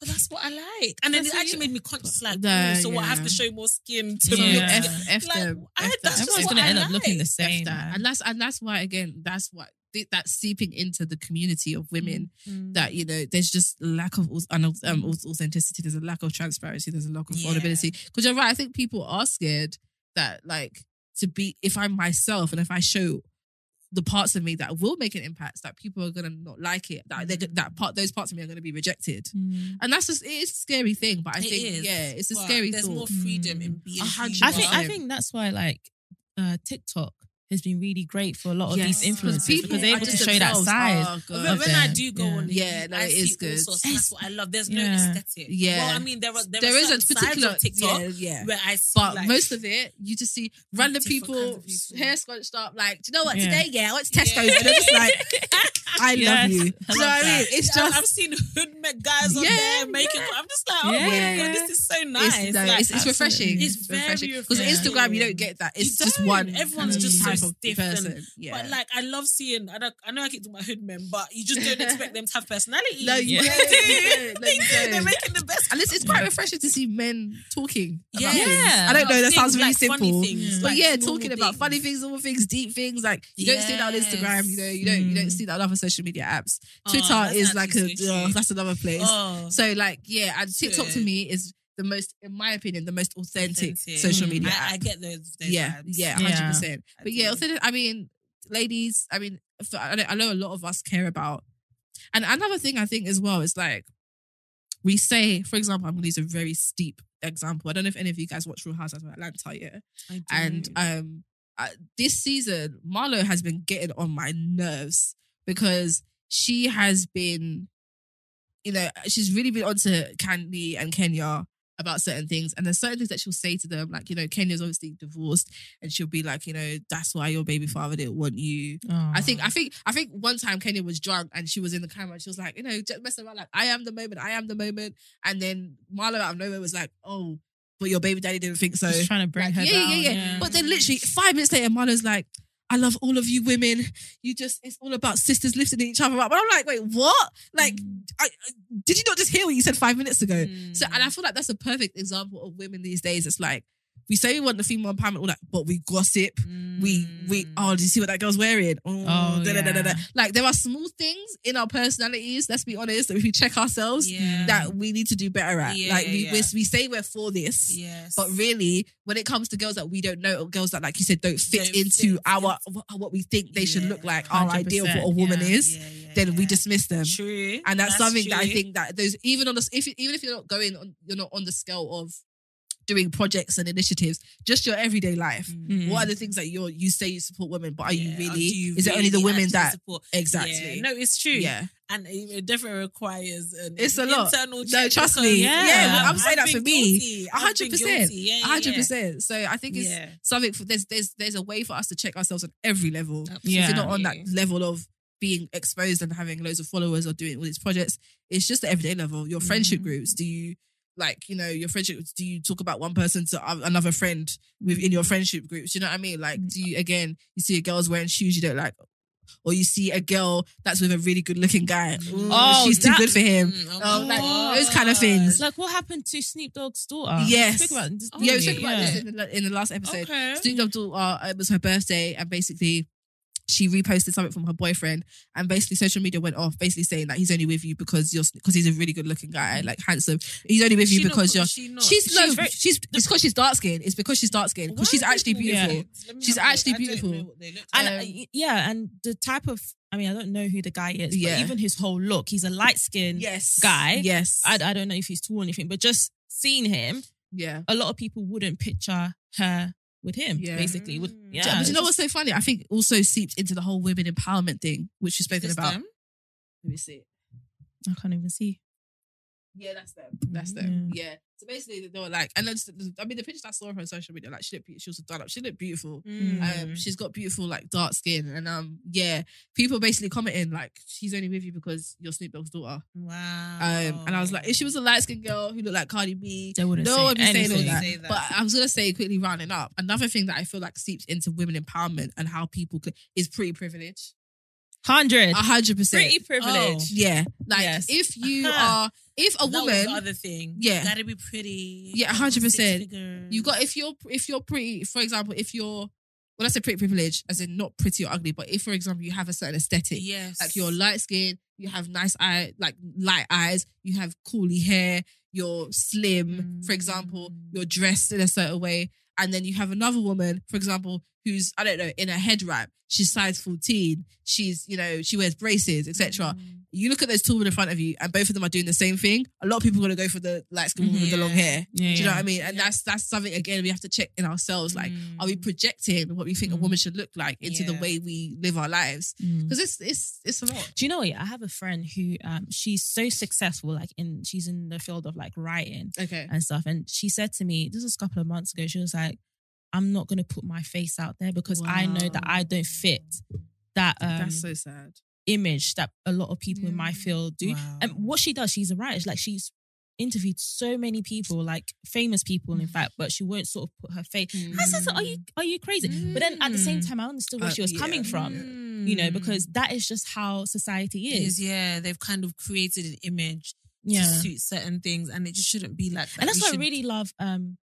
Speaker 1: But that's what I like, and then
Speaker 2: That's
Speaker 1: it
Speaker 2: what
Speaker 1: actually
Speaker 2: you-
Speaker 1: made me conscious. Like,
Speaker 2: Nah,
Speaker 1: oh, so what? I have
Speaker 2: yeah.
Speaker 1: to show more skin to
Speaker 2: So
Speaker 4: Yeah.
Speaker 1: look
Speaker 2: F, F
Speaker 1: Like,
Speaker 2: them.
Speaker 1: I-
Speaker 2: F them.
Speaker 1: that's just
Speaker 4: Everyone's
Speaker 1: what
Speaker 4: going to
Speaker 1: I
Speaker 4: end up looking the
Speaker 1: like.
Speaker 2: F
Speaker 4: same.
Speaker 2: that.
Speaker 4: man.
Speaker 2: And that's and that's why again, that's what that's seeping into the community of women
Speaker 1: Mm.
Speaker 2: that you know there's just lack of au- un- um, au- authenticity there's a lack of transparency there's a lack of
Speaker 1: Yeah.
Speaker 2: vulnerability because you're right i think people are scared that like to be if i'm myself and if i show the parts of me that will make an impact that people are gonna not like it that
Speaker 1: Mm.
Speaker 2: they're g- that part those parts of me are gonna be rejected
Speaker 4: Mm.
Speaker 2: and that's just it's a scary thing but i
Speaker 1: It
Speaker 2: think
Speaker 1: is,
Speaker 2: yeah it's a
Speaker 1: but
Speaker 2: scary
Speaker 1: There's
Speaker 2: thought Mm.
Speaker 1: more freedom in being.
Speaker 2: A hundred
Speaker 1: who
Speaker 4: I
Speaker 1: you
Speaker 4: think
Speaker 1: are.
Speaker 4: I think that's why like uh, TikTok has been really great for a lot of
Speaker 2: Yes.
Speaker 4: these influencers
Speaker 2: People
Speaker 4: because they're
Speaker 2: are
Speaker 4: able to
Speaker 2: just
Speaker 4: show that
Speaker 2: themselves.
Speaker 4: side.
Speaker 2: Oh,
Speaker 1: But
Speaker 2: God.
Speaker 1: when,
Speaker 4: of
Speaker 1: when I
Speaker 4: them.
Speaker 1: do go
Speaker 4: Yeah.
Speaker 1: on,
Speaker 2: Yeah, no,
Speaker 1: I
Speaker 2: it
Speaker 1: see
Speaker 2: is
Speaker 1: all
Speaker 2: good.
Speaker 1: sorts, and that's what I love. There's no
Speaker 4: Yeah.
Speaker 1: aesthetic.
Speaker 2: Yeah.
Speaker 1: well, I mean there are there,
Speaker 2: There
Speaker 1: are
Speaker 2: is a
Speaker 1: certain sides
Speaker 2: particular-
Speaker 1: of TikTok
Speaker 2: yeah, yeah.
Speaker 1: where I see,
Speaker 2: But
Speaker 1: like,
Speaker 2: most of it, you just see random
Speaker 1: different
Speaker 2: people,
Speaker 1: kinds of people.
Speaker 2: hair scrunched up. Like, do you know what?
Speaker 4: Yeah.
Speaker 2: Today, yeah, I went to
Speaker 1: Yeah.
Speaker 2: Tesco's. And they're just like,
Speaker 1: (laughs)
Speaker 2: I
Speaker 4: Yes.
Speaker 2: love you. Do
Speaker 4: I
Speaker 2: you know
Speaker 4: love
Speaker 2: what I mean?
Speaker 4: that.
Speaker 2: It's
Speaker 1: I've-
Speaker 2: just
Speaker 1: I've seen hood ma- guys on
Speaker 2: Yeah,
Speaker 1: there making. I'm just like, oh my
Speaker 4: Yeah.
Speaker 1: god, this is so nice.
Speaker 2: It's, no,
Speaker 1: Like,
Speaker 2: it's, it's refreshing.
Speaker 1: It's very
Speaker 2: refreshing. Because
Speaker 1: refreshing.
Speaker 2: Instagram, you don't get that. It's just
Speaker 1: don't.
Speaker 2: one.
Speaker 1: Everyone's
Speaker 2: kind
Speaker 1: just so
Speaker 2: type of
Speaker 1: stiff and-
Speaker 2: person. yeah.
Speaker 1: But like, I love seeing. I, don't, I know I keep talking about hood men, but you just don't expect them to have personality.
Speaker 2: no, you
Speaker 4: Yeah.
Speaker 1: (laughs)
Speaker 2: don't. You don't. No, you
Speaker 1: They're
Speaker 2: don't.
Speaker 1: making the best.
Speaker 2: And it's, it's quite refreshing to see men talking.
Speaker 1: Yeah.
Speaker 2: About things.
Speaker 4: Yeah.
Speaker 2: I don't know. That
Speaker 1: Things
Speaker 2: sounds really
Speaker 1: like funny
Speaker 2: simple. Mm.
Speaker 1: things,
Speaker 2: But
Speaker 1: like
Speaker 2: yeah,
Speaker 1: normal
Speaker 2: talking about
Speaker 1: things.
Speaker 2: funny things, normal things, deep things. Like you don't see that on
Speaker 1: Yes.
Speaker 2: Instagram. You know, you don't. You don't see that on other social media apps.
Speaker 1: Oh,
Speaker 2: Twitter
Speaker 1: that's
Speaker 2: is like a.
Speaker 1: actually so
Speaker 2: oh,
Speaker 1: true.
Speaker 2: that's another place.
Speaker 1: Oh.
Speaker 2: So like yeah, and TikTok to
Speaker 1: Good.
Speaker 2: me is the most, in my opinion, the most authentic,
Speaker 1: Authentic. Mm,
Speaker 2: social media app.
Speaker 1: I, I get those. those vibes.
Speaker 2: yeah, yeah,
Speaker 4: Yeah.
Speaker 2: hundred percent.
Speaker 1: I
Speaker 2: But yeah,
Speaker 1: do.
Speaker 2: authentic. I mean, ladies. I mean, for- I know- I know a lot of us care about. And another thing I think as well is like we say, for example, I'm going to use a very steep example. I don't know if any of you guys watch Real Housewives of Atlanta, yeah. And um, I, this season, Marlo has been getting on my nerves because she has been, you know, she's really been onto Candy and Kenya about certain things. And there's certain things that she'll say to them, like, you know, Kenya's obviously divorced, and she'll be like, you know, that's why your baby father didn't want you. I think, I think, I think one time Kenya was drunk and she was in the camera and she was like, you know, just messing around, like, I am the moment, I am the moment. And then Marlo out of nowhere was like, oh, but your baby daddy didn't
Speaker 4: (laughs)
Speaker 2: think so.
Speaker 4: just trying to bring
Speaker 2: Like,
Speaker 4: her
Speaker 2: yeah,
Speaker 4: down.
Speaker 2: yeah, yeah, But then literally five minutes later, Marlo's like, I love all of you women. You just, it's all about sisters lifting each other up. But I'm like, wait, what? Like,
Speaker 4: Mm.
Speaker 2: I, I- did you not just hear what you said five minutes ago? Mm. So, and I feel like that's a perfect example of women these days. It's like, we say we want the female empowerment, all that, but we gossip.
Speaker 1: Mm.
Speaker 2: We, we, oh, did you see what that girl's wearing? Oh,
Speaker 4: Mm. Oh,
Speaker 2: da, da, da, da, da.
Speaker 4: yeah.
Speaker 2: Like, there are small things in our personalities, let's be honest, that if we check ourselves,
Speaker 1: Yeah.
Speaker 2: that we need to do better at.
Speaker 1: Yeah,
Speaker 2: like, we,
Speaker 1: yeah,
Speaker 2: we,
Speaker 1: yeah.
Speaker 2: we say we're for this.
Speaker 1: Yes.
Speaker 2: But really, when it comes to girls that we don't know, or girls that, like you said, don't fit
Speaker 1: Don't
Speaker 2: into
Speaker 1: fit
Speaker 2: our wh- what we think they should look
Speaker 1: Yeah.
Speaker 2: like, our idea of what a
Speaker 4: 100%,
Speaker 2: woman
Speaker 4: yeah,
Speaker 2: is,
Speaker 1: Yeah, yeah,
Speaker 2: then we
Speaker 1: yeah.
Speaker 2: dismiss them.
Speaker 1: True.
Speaker 2: And that's, something that I
Speaker 1: true.
Speaker 2: think that those even on the if you- even if you're not going on, you're not on the scale of doing projects and initiatives, just your everyday life. What are the things that you're you say you support women, but are
Speaker 1: Mm. Yeah,
Speaker 2: you
Speaker 1: or
Speaker 2: really?
Speaker 1: do you
Speaker 2: is it only the
Speaker 1: really
Speaker 2: women
Speaker 1: actually
Speaker 2: that
Speaker 1: support?
Speaker 2: exactly?
Speaker 1: Yeah. No, it's true.
Speaker 2: yeah.
Speaker 1: and it- it definitely requires an
Speaker 2: It's a lot.
Speaker 1: internal.
Speaker 2: No,
Speaker 1: check
Speaker 2: trust
Speaker 1: because-
Speaker 2: me.
Speaker 4: Yeah.
Speaker 2: Yeah,
Speaker 4: I'm
Speaker 1: I've
Speaker 2: saying that
Speaker 1: been
Speaker 2: for me.
Speaker 1: guilty.
Speaker 2: A
Speaker 1: I've
Speaker 2: hundred
Speaker 1: been
Speaker 2: percent,
Speaker 1: guilty. Yeah,
Speaker 2: A
Speaker 1: yeah,
Speaker 2: hundred
Speaker 1: yeah.
Speaker 2: percent. So I think it's
Speaker 1: Yeah.
Speaker 2: something for there's there's there's a way for us to check ourselves on every level. If
Speaker 4: Yeah.
Speaker 2: you're not on that level of being
Speaker 4: Mm-hmm.
Speaker 2: exposed and having loads of followers or doing all these projects, it's just the everyday level. Your friendship groups, do you like you know your friendship do you talk about one person to o- another friend within your friendship groups you know what i mean like do
Speaker 4: Mm.
Speaker 2: you again you see a girl's wearing shoes you don't like or you see a girl that's with a really good looking guy Ooh,
Speaker 4: Oh,
Speaker 2: she's too
Speaker 4: that-
Speaker 2: good for him
Speaker 1: Mm, oh,
Speaker 2: Oh, like,
Speaker 4: God.
Speaker 2: those kind of things
Speaker 4: Like what happened to Snoop Dogg's daughter?
Speaker 2: Yes.
Speaker 4: Speak about this.
Speaker 2: Oh, yeah we
Speaker 4: didn't
Speaker 2: spoke about
Speaker 4: Mm. Oh, Yeah.
Speaker 2: this in the, in the last episode
Speaker 4: Okay.
Speaker 2: Snoop Dogg, do- uh, it was her birthday, and basically she reposted something from her boyfriend, and basically social media went off, basically saying that he's only with you because you're because he's a really good looking guy, like handsome. He's only with
Speaker 1: Mm. She
Speaker 2: you
Speaker 1: not
Speaker 2: because
Speaker 1: good-
Speaker 2: you're.
Speaker 1: she not.
Speaker 2: She's no,
Speaker 4: She's very-
Speaker 2: she's it's because she's dark skinned. It's because she's dark skinned because she's actually beautiful. She's actually beautiful.
Speaker 4: And
Speaker 2: Um,
Speaker 4: uh, y- yeah, and the type of I mean, I don't know who the guy is,
Speaker 2: Yeah.
Speaker 4: but even his whole look, he's a light
Speaker 1: Um,
Speaker 4: skinned
Speaker 2: Yes,
Speaker 4: guy.
Speaker 2: Yes,
Speaker 4: I, I don't know if he's tall or anything, but just seeing him,
Speaker 2: yeah.
Speaker 4: a lot of people wouldn't picture her with him,
Speaker 2: Yeah.
Speaker 4: basically. Would, yeah.
Speaker 2: but you know what's so funny? I think also seeped into the whole women empowerment thing, which you've spoken about. Let me see.
Speaker 4: I can't even see.
Speaker 2: Yeah, that's them. That's
Speaker 1: Mm.
Speaker 2: them. Yeah. So basically, they were like, and then, I mean, the pictures I saw of her on social media, like she looked, be- she was done up. She looked beautiful.
Speaker 1: Mm, Mm-hmm.
Speaker 2: Um, she's got beautiful like dark skin, and um, yeah, people basically commenting like she's only with you because you're Snoop Dogg's daughter.
Speaker 1: Wow.
Speaker 2: Um, and I was like, if she was a light skinned girl who looked like Cardi B,
Speaker 4: They wouldn't
Speaker 2: no
Speaker 4: say
Speaker 2: one would be saying all
Speaker 4: anything.
Speaker 2: that.
Speaker 1: Say that.
Speaker 2: But I was gonna say quickly rounding up another thing that I feel like seeps into women empowerment and how people could, is pretty privilege.
Speaker 4: 100.
Speaker 2: A hundred
Speaker 4: Pretty
Speaker 2: percent. Oh,
Speaker 4: privilege.
Speaker 2: Yeah, like
Speaker 4: Yes.
Speaker 2: if you
Speaker 1: Uh-huh.
Speaker 2: are if a
Speaker 1: that
Speaker 2: woman
Speaker 1: was the other thing.
Speaker 2: Yeah.
Speaker 1: gotta be pretty.
Speaker 2: Yeah,
Speaker 1: Over
Speaker 2: 100%.
Speaker 1: six figures.
Speaker 2: You got if you're if you're pretty, for example, if you're well, I say pretty privileged, as in not pretty or ugly, but if for example you have a certain aesthetic,
Speaker 1: yes,
Speaker 2: like you're light skinned, you have nice eye, like light eyes, you have curly hair, you're slim, for example, you're
Speaker 4: Mm.
Speaker 2: dressed in a certain way, and then you have another woman, for example, who's I don't know in a head wrap, she's size fourteen, she's you know she wears braces, etc.
Speaker 4: Mm.
Speaker 2: You look at those two women in front of you, and both of them are doing the same thing. A lot of people are gonna go for the light skinned woman with the long hair.
Speaker 4: Yeah,
Speaker 2: Do you know
Speaker 4: yeah. Mm.
Speaker 2: what I mean? And that's that's something again we have to check in ourselves. Like, are we projecting what we think a woman should look like into the
Speaker 1: Yeah.
Speaker 2: way we live our lives?
Speaker 4: Mm.
Speaker 2: Because it's it's it's a lot.
Speaker 4: Do you know what? I have a friend who um, she's so successful, like in she's in the field of like writing
Speaker 2: Okay.
Speaker 4: and stuff. And she said to me, this was a couple of months ago, she was like, I'm not gonna put my face out there because I know that I don't fit that um,
Speaker 2: that's so sad.
Speaker 4: image that a lot of people in my field do. And what she does, she's a writer. She's Like she's interviewed so many people, like famous people, in fact, but she won't sort of put her face.
Speaker 1: Hmm.
Speaker 4: I said, so "Are you are you crazy?" But then at the same time, I understood where
Speaker 2: Mm. Uh,
Speaker 4: she was
Speaker 2: yeah.
Speaker 4: coming from, you know, because that is just how society
Speaker 1: Mm. Mm-hmm. It
Speaker 4: is.
Speaker 1: is, yeah, they've kind of created an image
Speaker 4: Yeah,
Speaker 1: to suit certain things, and it just shouldn't be like that.
Speaker 4: and that's
Speaker 1: We
Speaker 4: why I
Speaker 1: should-
Speaker 4: really love. um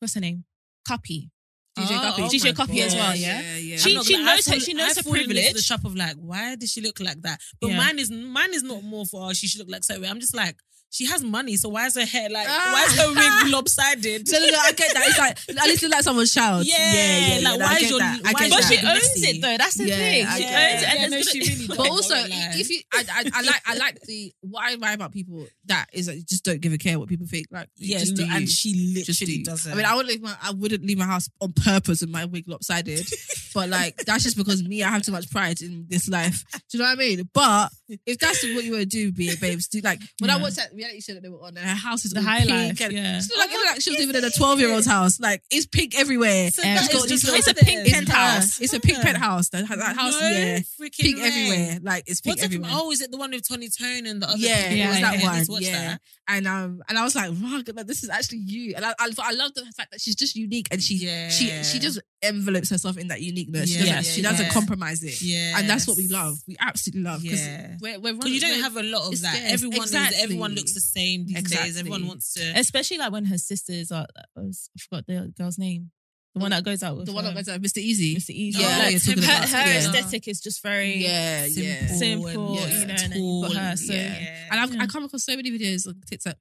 Speaker 4: What's her name? Cuppy.
Speaker 2: DJ
Speaker 1: Oh,
Speaker 2: Guppy.
Speaker 1: oh
Speaker 4: DJ
Speaker 1: my
Speaker 4: Guppy as well,
Speaker 1: gosh.
Speaker 4: yeah?
Speaker 2: Yeah, yeah.
Speaker 4: She-
Speaker 1: I'm not
Speaker 4: she
Speaker 1: gonna-
Speaker 4: knows
Speaker 1: I
Speaker 4: her-
Speaker 1: fall-
Speaker 4: she knows
Speaker 1: I
Speaker 4: her
Speaker 1: fall into The
Speaker 4: privilege.
Speaker 1: shop of like, why does she look like that? But
Speaker 4: Yeah.
Speaker 1: mine is mine is not more for oh, she should look like certain. way. I'm just like, she has money, so why is her hair like?
Speaker 4: Ah.
Speaker 1: Why is her wig (laughs)
Speaker 4: (laughs)
Speaker 1: lopsided?
Speaker 2: no, no, no. I get that. It's like
Speaker 1: (laughs)
Speaker 2: at least look like someone's child.
Speaker 1: Yeah, like,
Speaker 2: no,
Speaker 1: why
Speaker 2: I
Speaker 1: is
Speaker 2: get
Speaker 1: your-
Speaker 2: that. I
Speaker 1: why
Speaker 2: get
Speaker 1: is
Speaker 4: But
Speaker 2: that.
Speaker 4: she
Speaker 1: Exactly.
Speaker 4: owns it though. That's the
Speaker 2: Yeah,
Speaker 4: thing.
Speaker 2: I
Speaker 4: She
Speaker 2: get
Speaker 4: owns
Speaker 2: it.
Speaker 4: it, and
Speaker 2: Yeah,
Speaker 4: it's
Speaker 2: no,
Speaker 4: gonna-
Speaker 2: she
Speaker 4: (laughs)
Speaker 2: really But also, i- if you, I, I, I like, I like the what I write about people that is that you just don't give a care what people think. Like, you
Speaker 1: yeah,
Speaker 2: just
Speaker 1: no,
Speaker 2: do you.
Speaker 1: and she
Speaker 2: just
Speaker 1: literally
Speaker 2: do.
Speaker 1: doesn't.
Speaker 2: I mean, I would leave my I wouldn't leave my house on purpose with my
Speaker 1: (laughs)
Speaker 2: wig lopsided, but like that's just because me, I have too much pride in this life. Do you know what I mean? But if that's what you want to do, be it, babes, do like when I
Speaker 4: Yeah.
Speaker 2: watched that reality show that they were on, and her house is
Speaker 4: The
Speaker 2: all
Speaker 4: high
Speaker 2: pink
Speaker 4: life,
Speaker 2: and-
Speaker 4: yeah.
Speaker 2: She looked like, it looked like she was living in a twelve year old's house. Like it's pink everywhere.
Speaker 1: So
Speaker 2: And
Speaker 1: that
Speaker 2: she's
Speaker 1: is
Speaker 2: got
Speaker 1: just
Speaker 2: these
Speaker 4: it's a
Speaker 1: her.
Speaker 4: pink
Speaker 2: it's her.
Speaker 4: penthouse.
Speaker 2: It's a pink penthouse. That, that house,
Speaker 1: No
Speaker 2: yeah,
Speaker 1: freaking
Speaker 2: pink
Speaker 1: way.
Speaker 2: everywhere. Like it's pink
Speaker 1: What's it?
Speaker 2: everywhere.
Speaker 1: Oh, is it the one with Tony Tone and the other?
Speaker 2: Yeah,
Speaker 1: people?
Speaker 4: it was
Speaker 1: Yeah,
Speaker 4: that
Speaker 1: yeah, I just
Speaker 2: one,
Speaker 1: watched
Speaker 2: yeah.
Speaker 1: that.
Speaker 2: and um and I was like, wow, good, like, this is actually you. And I, I, I love the fact that she's just unique and she she
Speaker 1: Yeah.
Speaker 2: she just envelopes herself in that uniqueness. She
Speaker 1: Yeah.
Speaker 2: doesn't she
Speaker 1: Yeah.
Speaker 2: doesn't compromise it.
Speaker 1: Yeah,
Speaker 2: And that's what we love. We absolutely love because
Speaker 1: Yeah.
Speaker 2: we're we're
Speaker 1: Because you don't
Speaker 2: we're-
Speaker 1: have a lot
Speaker 2: it's
Speaker 1: of that.
Speaker 2: scarce.
Speaker 1: Everyone
Speaker 2: Exactly.
Speaker 1: is, everyone looks the same these days.
Speaker 2: Exactly.
Speaker 1: Everyone wants to.
Speaker 4: especially like when her sisters are. I forgot the girl's name. The one that goes out with E.
Speaker 2: the one that
Speaker 4: um,
Speaker 2: goes like Mr. Easy.
Speaker 4: Mr. Easy.
Speaker 2: Yeah,
Speaker 4: Like,
Speaker 2: I know you're talking
Speaker 4: her,
Speaker 2: about.
Speaker 4: her
Speaker 2: Yeah.
Speaker 4: aesthetic is just very
Speaker 2: Yeah, yeah.
Speaker 4: simple,
Speaker 1: Simple and,
Speaker 4: you know,
Speaker 2: yeah,
Speaker 4: and then you've got
Speaker 1: tall
Speaker 4: her.
Speaker 1: and-
Speaker 4: So
Speaker 2: yeah. And I've, I come across so many videos on TikTok.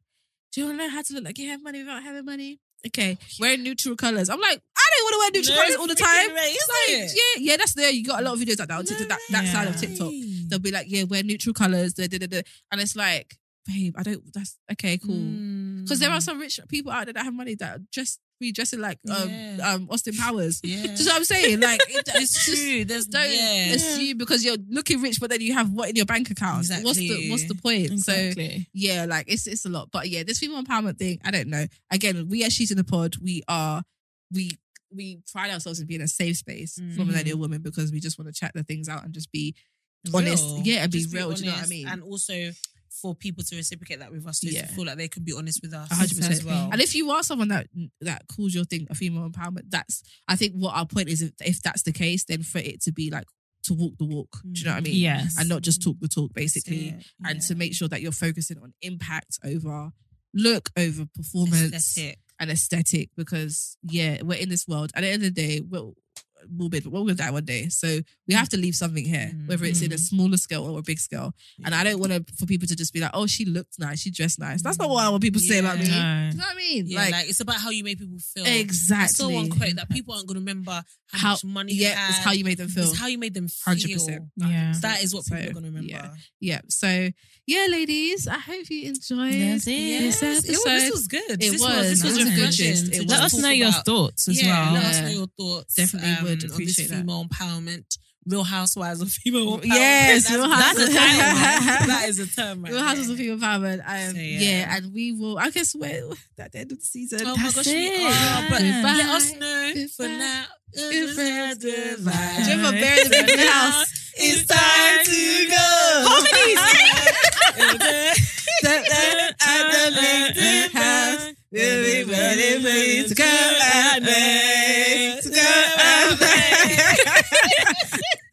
Speaker 2: Do you want to know how to look like you have money without having money? Okay,
Speaker 1: Oh,
Speaker 2: wearing neutral colors. I'm like, I don't want to wear neutral colors all the
Speaker 1: (laughs)
Speaker 2: time. Like, yeah, yeah, that's there. You got a lot of videos like that on TikTok, that, that side of TikTok. They'll be like, yeah, wear neutral colors. Da, da, da, da. And it's like, babe, I don't. That's okay, cool.
Speaker 1: Hmm.
Speaker 2: Because there
Speaker 1: Mm.
Speaker 2: are some rich people out there that have money that are just be dressing like um,
Speaker 1: Yeah.
Speaker 2: um Austin Powers.
Speaker 1: Yeah.
Speaker 2: Just what I'm
Speaker 1: (laughs)
Speaker 2: saying. Like it,
Speaker 1: It's
Speaker 2: it's just
Speaker 1: true. There's
Speaker 2: don't
Speaker 1: yeah.
Speaker 2: assume because you're looking rich, but then you have what in your bank account. What's the
Speaker 1: Exactly.
Speaker 2: What's the point? So
Speaker 4: exactly.
Speaker 2: yeah, like it's it's a lot. But yeah, this female empowerment thing, I don't know. Again, we as she's in the pod, we are we we pride ourselves in being a safe space for
Speaker 1: Mhm.
Speaker 2: millennial women because we just want to chat the things out and just be honest. Yeah, and be
Speaker 1: Just
Speaker 2: real. do you know what I
Speaker 1: honest
Speaker 2: mean?
Speaker 1: And also for people to reciprocate that with us, so
Speaker 2: Yeah.
Speaker 1: to feel like they can be honest with us
Speaker 2: 100%.
Speaker 1: as well.
Speaker 2: And if you are someone that that calls your thing a female empowerment, that's I think what our point is if, if that's the case, then for it to be like to walk the walk. Do you know what I mean?
Speaker 4: Yes.
Speaker 2: And not just talk the talk, basically.
Speaker 1: Mm. That's it,
Speaker 2: And
Speaker 1: yeah.
Speaker 2: to make sure that you're focusing on impact over look over performance
Speaker 1: aesthetic.
Speaker 2: and aesthetic because yeah, we're in this world. At the end of the day, we'll we'll be we're gonna die one day. So we have to leave something here, whether it's
Speaker 1: Mm.
Speaker 2: in a smaller scale or a big scale. And I don't want to for people to just be like, oh, she looked nice, she dressed nice. That's not what I want people to say about me.
Speaker 1: Yeah.
Speaker 2: Do you know what I mean?
Speaker 1: Yeah, like, it's about how you make people feel.
Speaker 2: exactly.
Speaker 1: It's so unquote that people aren't going to remember how,
Speaker 2: How-
Speaker 1: much money you
Speaker 2: yeah,
Speaker 1: had.
Speaker 2: it's how you made them feel.
Speaker 1: It's how you made them feel.
Speaker 2: 100%.
Speaker 4: Yeah.
Speaker 1: That is what people
Speaker 2: So,
Speaker 1: are going to remember.
Speaker 2: yeah. yeah. So yeah, ladies, I hope you enjoyed
Speaker 4: That's it.
Speaker 2: this
Speaker 1: Yes, it was-
Speaker 2: episode.
Speaker 1: this was good.
Speaker 2: It
Speaker 1: this This
Speaker 2: was.
Speaker 1: was
Speaker 4: That was a good
Speaker 1: refreshing.
Speaker 2: gist.
Speaker 1: to
Speaker 2: It
Speaker 1: just
Speaker 4: Let us
Speaker 1: talk
Speaker 4: know your
Speaker 1: about-
Speaker 4: thoughts as
Speaker 1: yeah,
Speaker 4: well.
Speaker 1: Let us know
Speaker 2: Yeah.
Speaker 1: your thoughts.
Speaker 2: Definitely would
Speaker 1: on
Speaker 2: appreciate
Speaker 1: this
Speaker 2: that.
Speaker 1: female empowerment, Real Housewives of Female Empowerment.
Speaker 2: Yes,
Speaker 1: that's,
Speaker 2: Real
Speaker 1: that's a
Speaker 2: Housewives.
Speaker 1: term.
Speaker 2: (laughs)
Speaker 1: right? that is a term, right?
Speaker 2: Real Houses
Speaker 1: there.
Speaker 2: of Female Empowerment. Um,
Speaker 1: So,
Speaker 2: yeah.
Speaker 1: yeah.
Speaker 2: and we will. I guess we're at the end of the season.
Speaker 1: Oh
Speaker 2: That's
Speaker 1: my gosh,
Speaker 2: it.
Speaker 1: we are. Uh, But
Speaker 2: Goodbye.
Speaker 1: let us know for
Speaker 2: Goodbye.
Speaker 1: now.
Speaker 2: Good friends, goodbye.
Speaker 1: Goodbye.
Speaker 2: Do you ever bury the baby in the house?
Speaker 1: It's time to go. (laughs)
Speaker 2: At the big house. Everybody please to come and make, to come and make.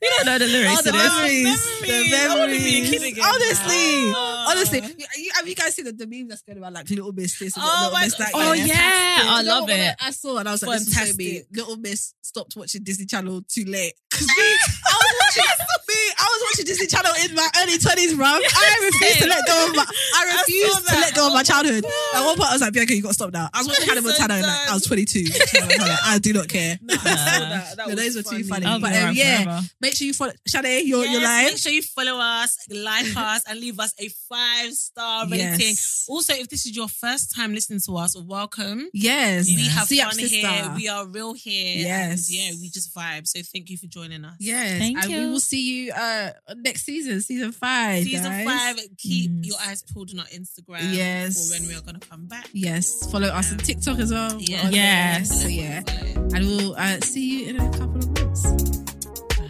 Speaker 4: You don't know the lyrics
Speaker 1: Oh,
Speaker 2: All the
Speaker 4: to this.
Speaker 2: memories, the memories. (laughs) Honestly,
Speaker 1: Oh.
Speaker 2: honestly, You- you- have you guys seen the, the meme that's going about like little miss this? and
Speaker 1: Oh
Speaker 2: little
Speaker 1: my
Speaker 2: miss that?
Speaker 1: God. Oh,
Speaker 2: Yes.
Speaker 4: yeah.
Speaker 2: You
Speaker 4: I
Speaker 2: know
Speaker 4: love
Speaker 2: what? When
Speaker 4: it.
Speaker 2: I saw and I was like, this is so me.
Speaker 1: Fantastic.
Speaker 2: Little Miss stopped watching Disney Channel too late. (laughs) Because me, I was watching me, I was (laughs) watching Disney Channel in my early twenties, bro. I refuse to let go of my, (laughs) I Oh, refuse to let go of my childhood. At one point, I was like, Bianca, you got to stop now. I was watching Hannah
Speaker 1: So
Speaker 2: Montana, and like, I was twenty two. I do not (laughs) care.
Speaker 1: Nah, I saw that. That
Speaker 2: no, those were
Speaker 1: was
Speaker 2: too funny.
Speaker 1: funny.
Speaker 4: I'll be
Speaker 2: But um,
Speaker 4: around
Speaker 2: yeah,
Speaker 4: forever.
Speaker 2: make sure you follow Shade. You're
Speaker 1: Yes,
Speaker 2: you're live.
Speaker 1: Make sure you follow us, like us, and leave us a five star
Speaker 2: Yes.
Speaker 1: rating. Also, if this is your first time listening to us, welcome.
Speaker 2: Yes,
Speaker 1: We have
Speaker 2: See ya,
Speaker 1: fun
Speaker 2: sister.
Speaker 1: here. We are real here.
Speaker 2: Yes.
Speaker 1: And yeah, we just vibe. So thank you for joining us.
Speaker 2: Yes,
Speaker 4: Thank
Speaker 2: and we
Speaker 4: you.
Speaker 2: will see you uh next season, season five.
Speaker 1: Season
Speaker 2: guys. Mm.
Speaker 1: five, keep
Speaker 4: Yes.
Speaker 1: your eyes pulled on our Instagram
Speaker 2: Yes.
Speaker 1: for when we are going to come back.
Speaker 2: Yes, follow us on TikTok as well. We're on there.
Speaker 4: Yes.
Speaker 2: so yeah, and we'll uh, see you in a couple of months.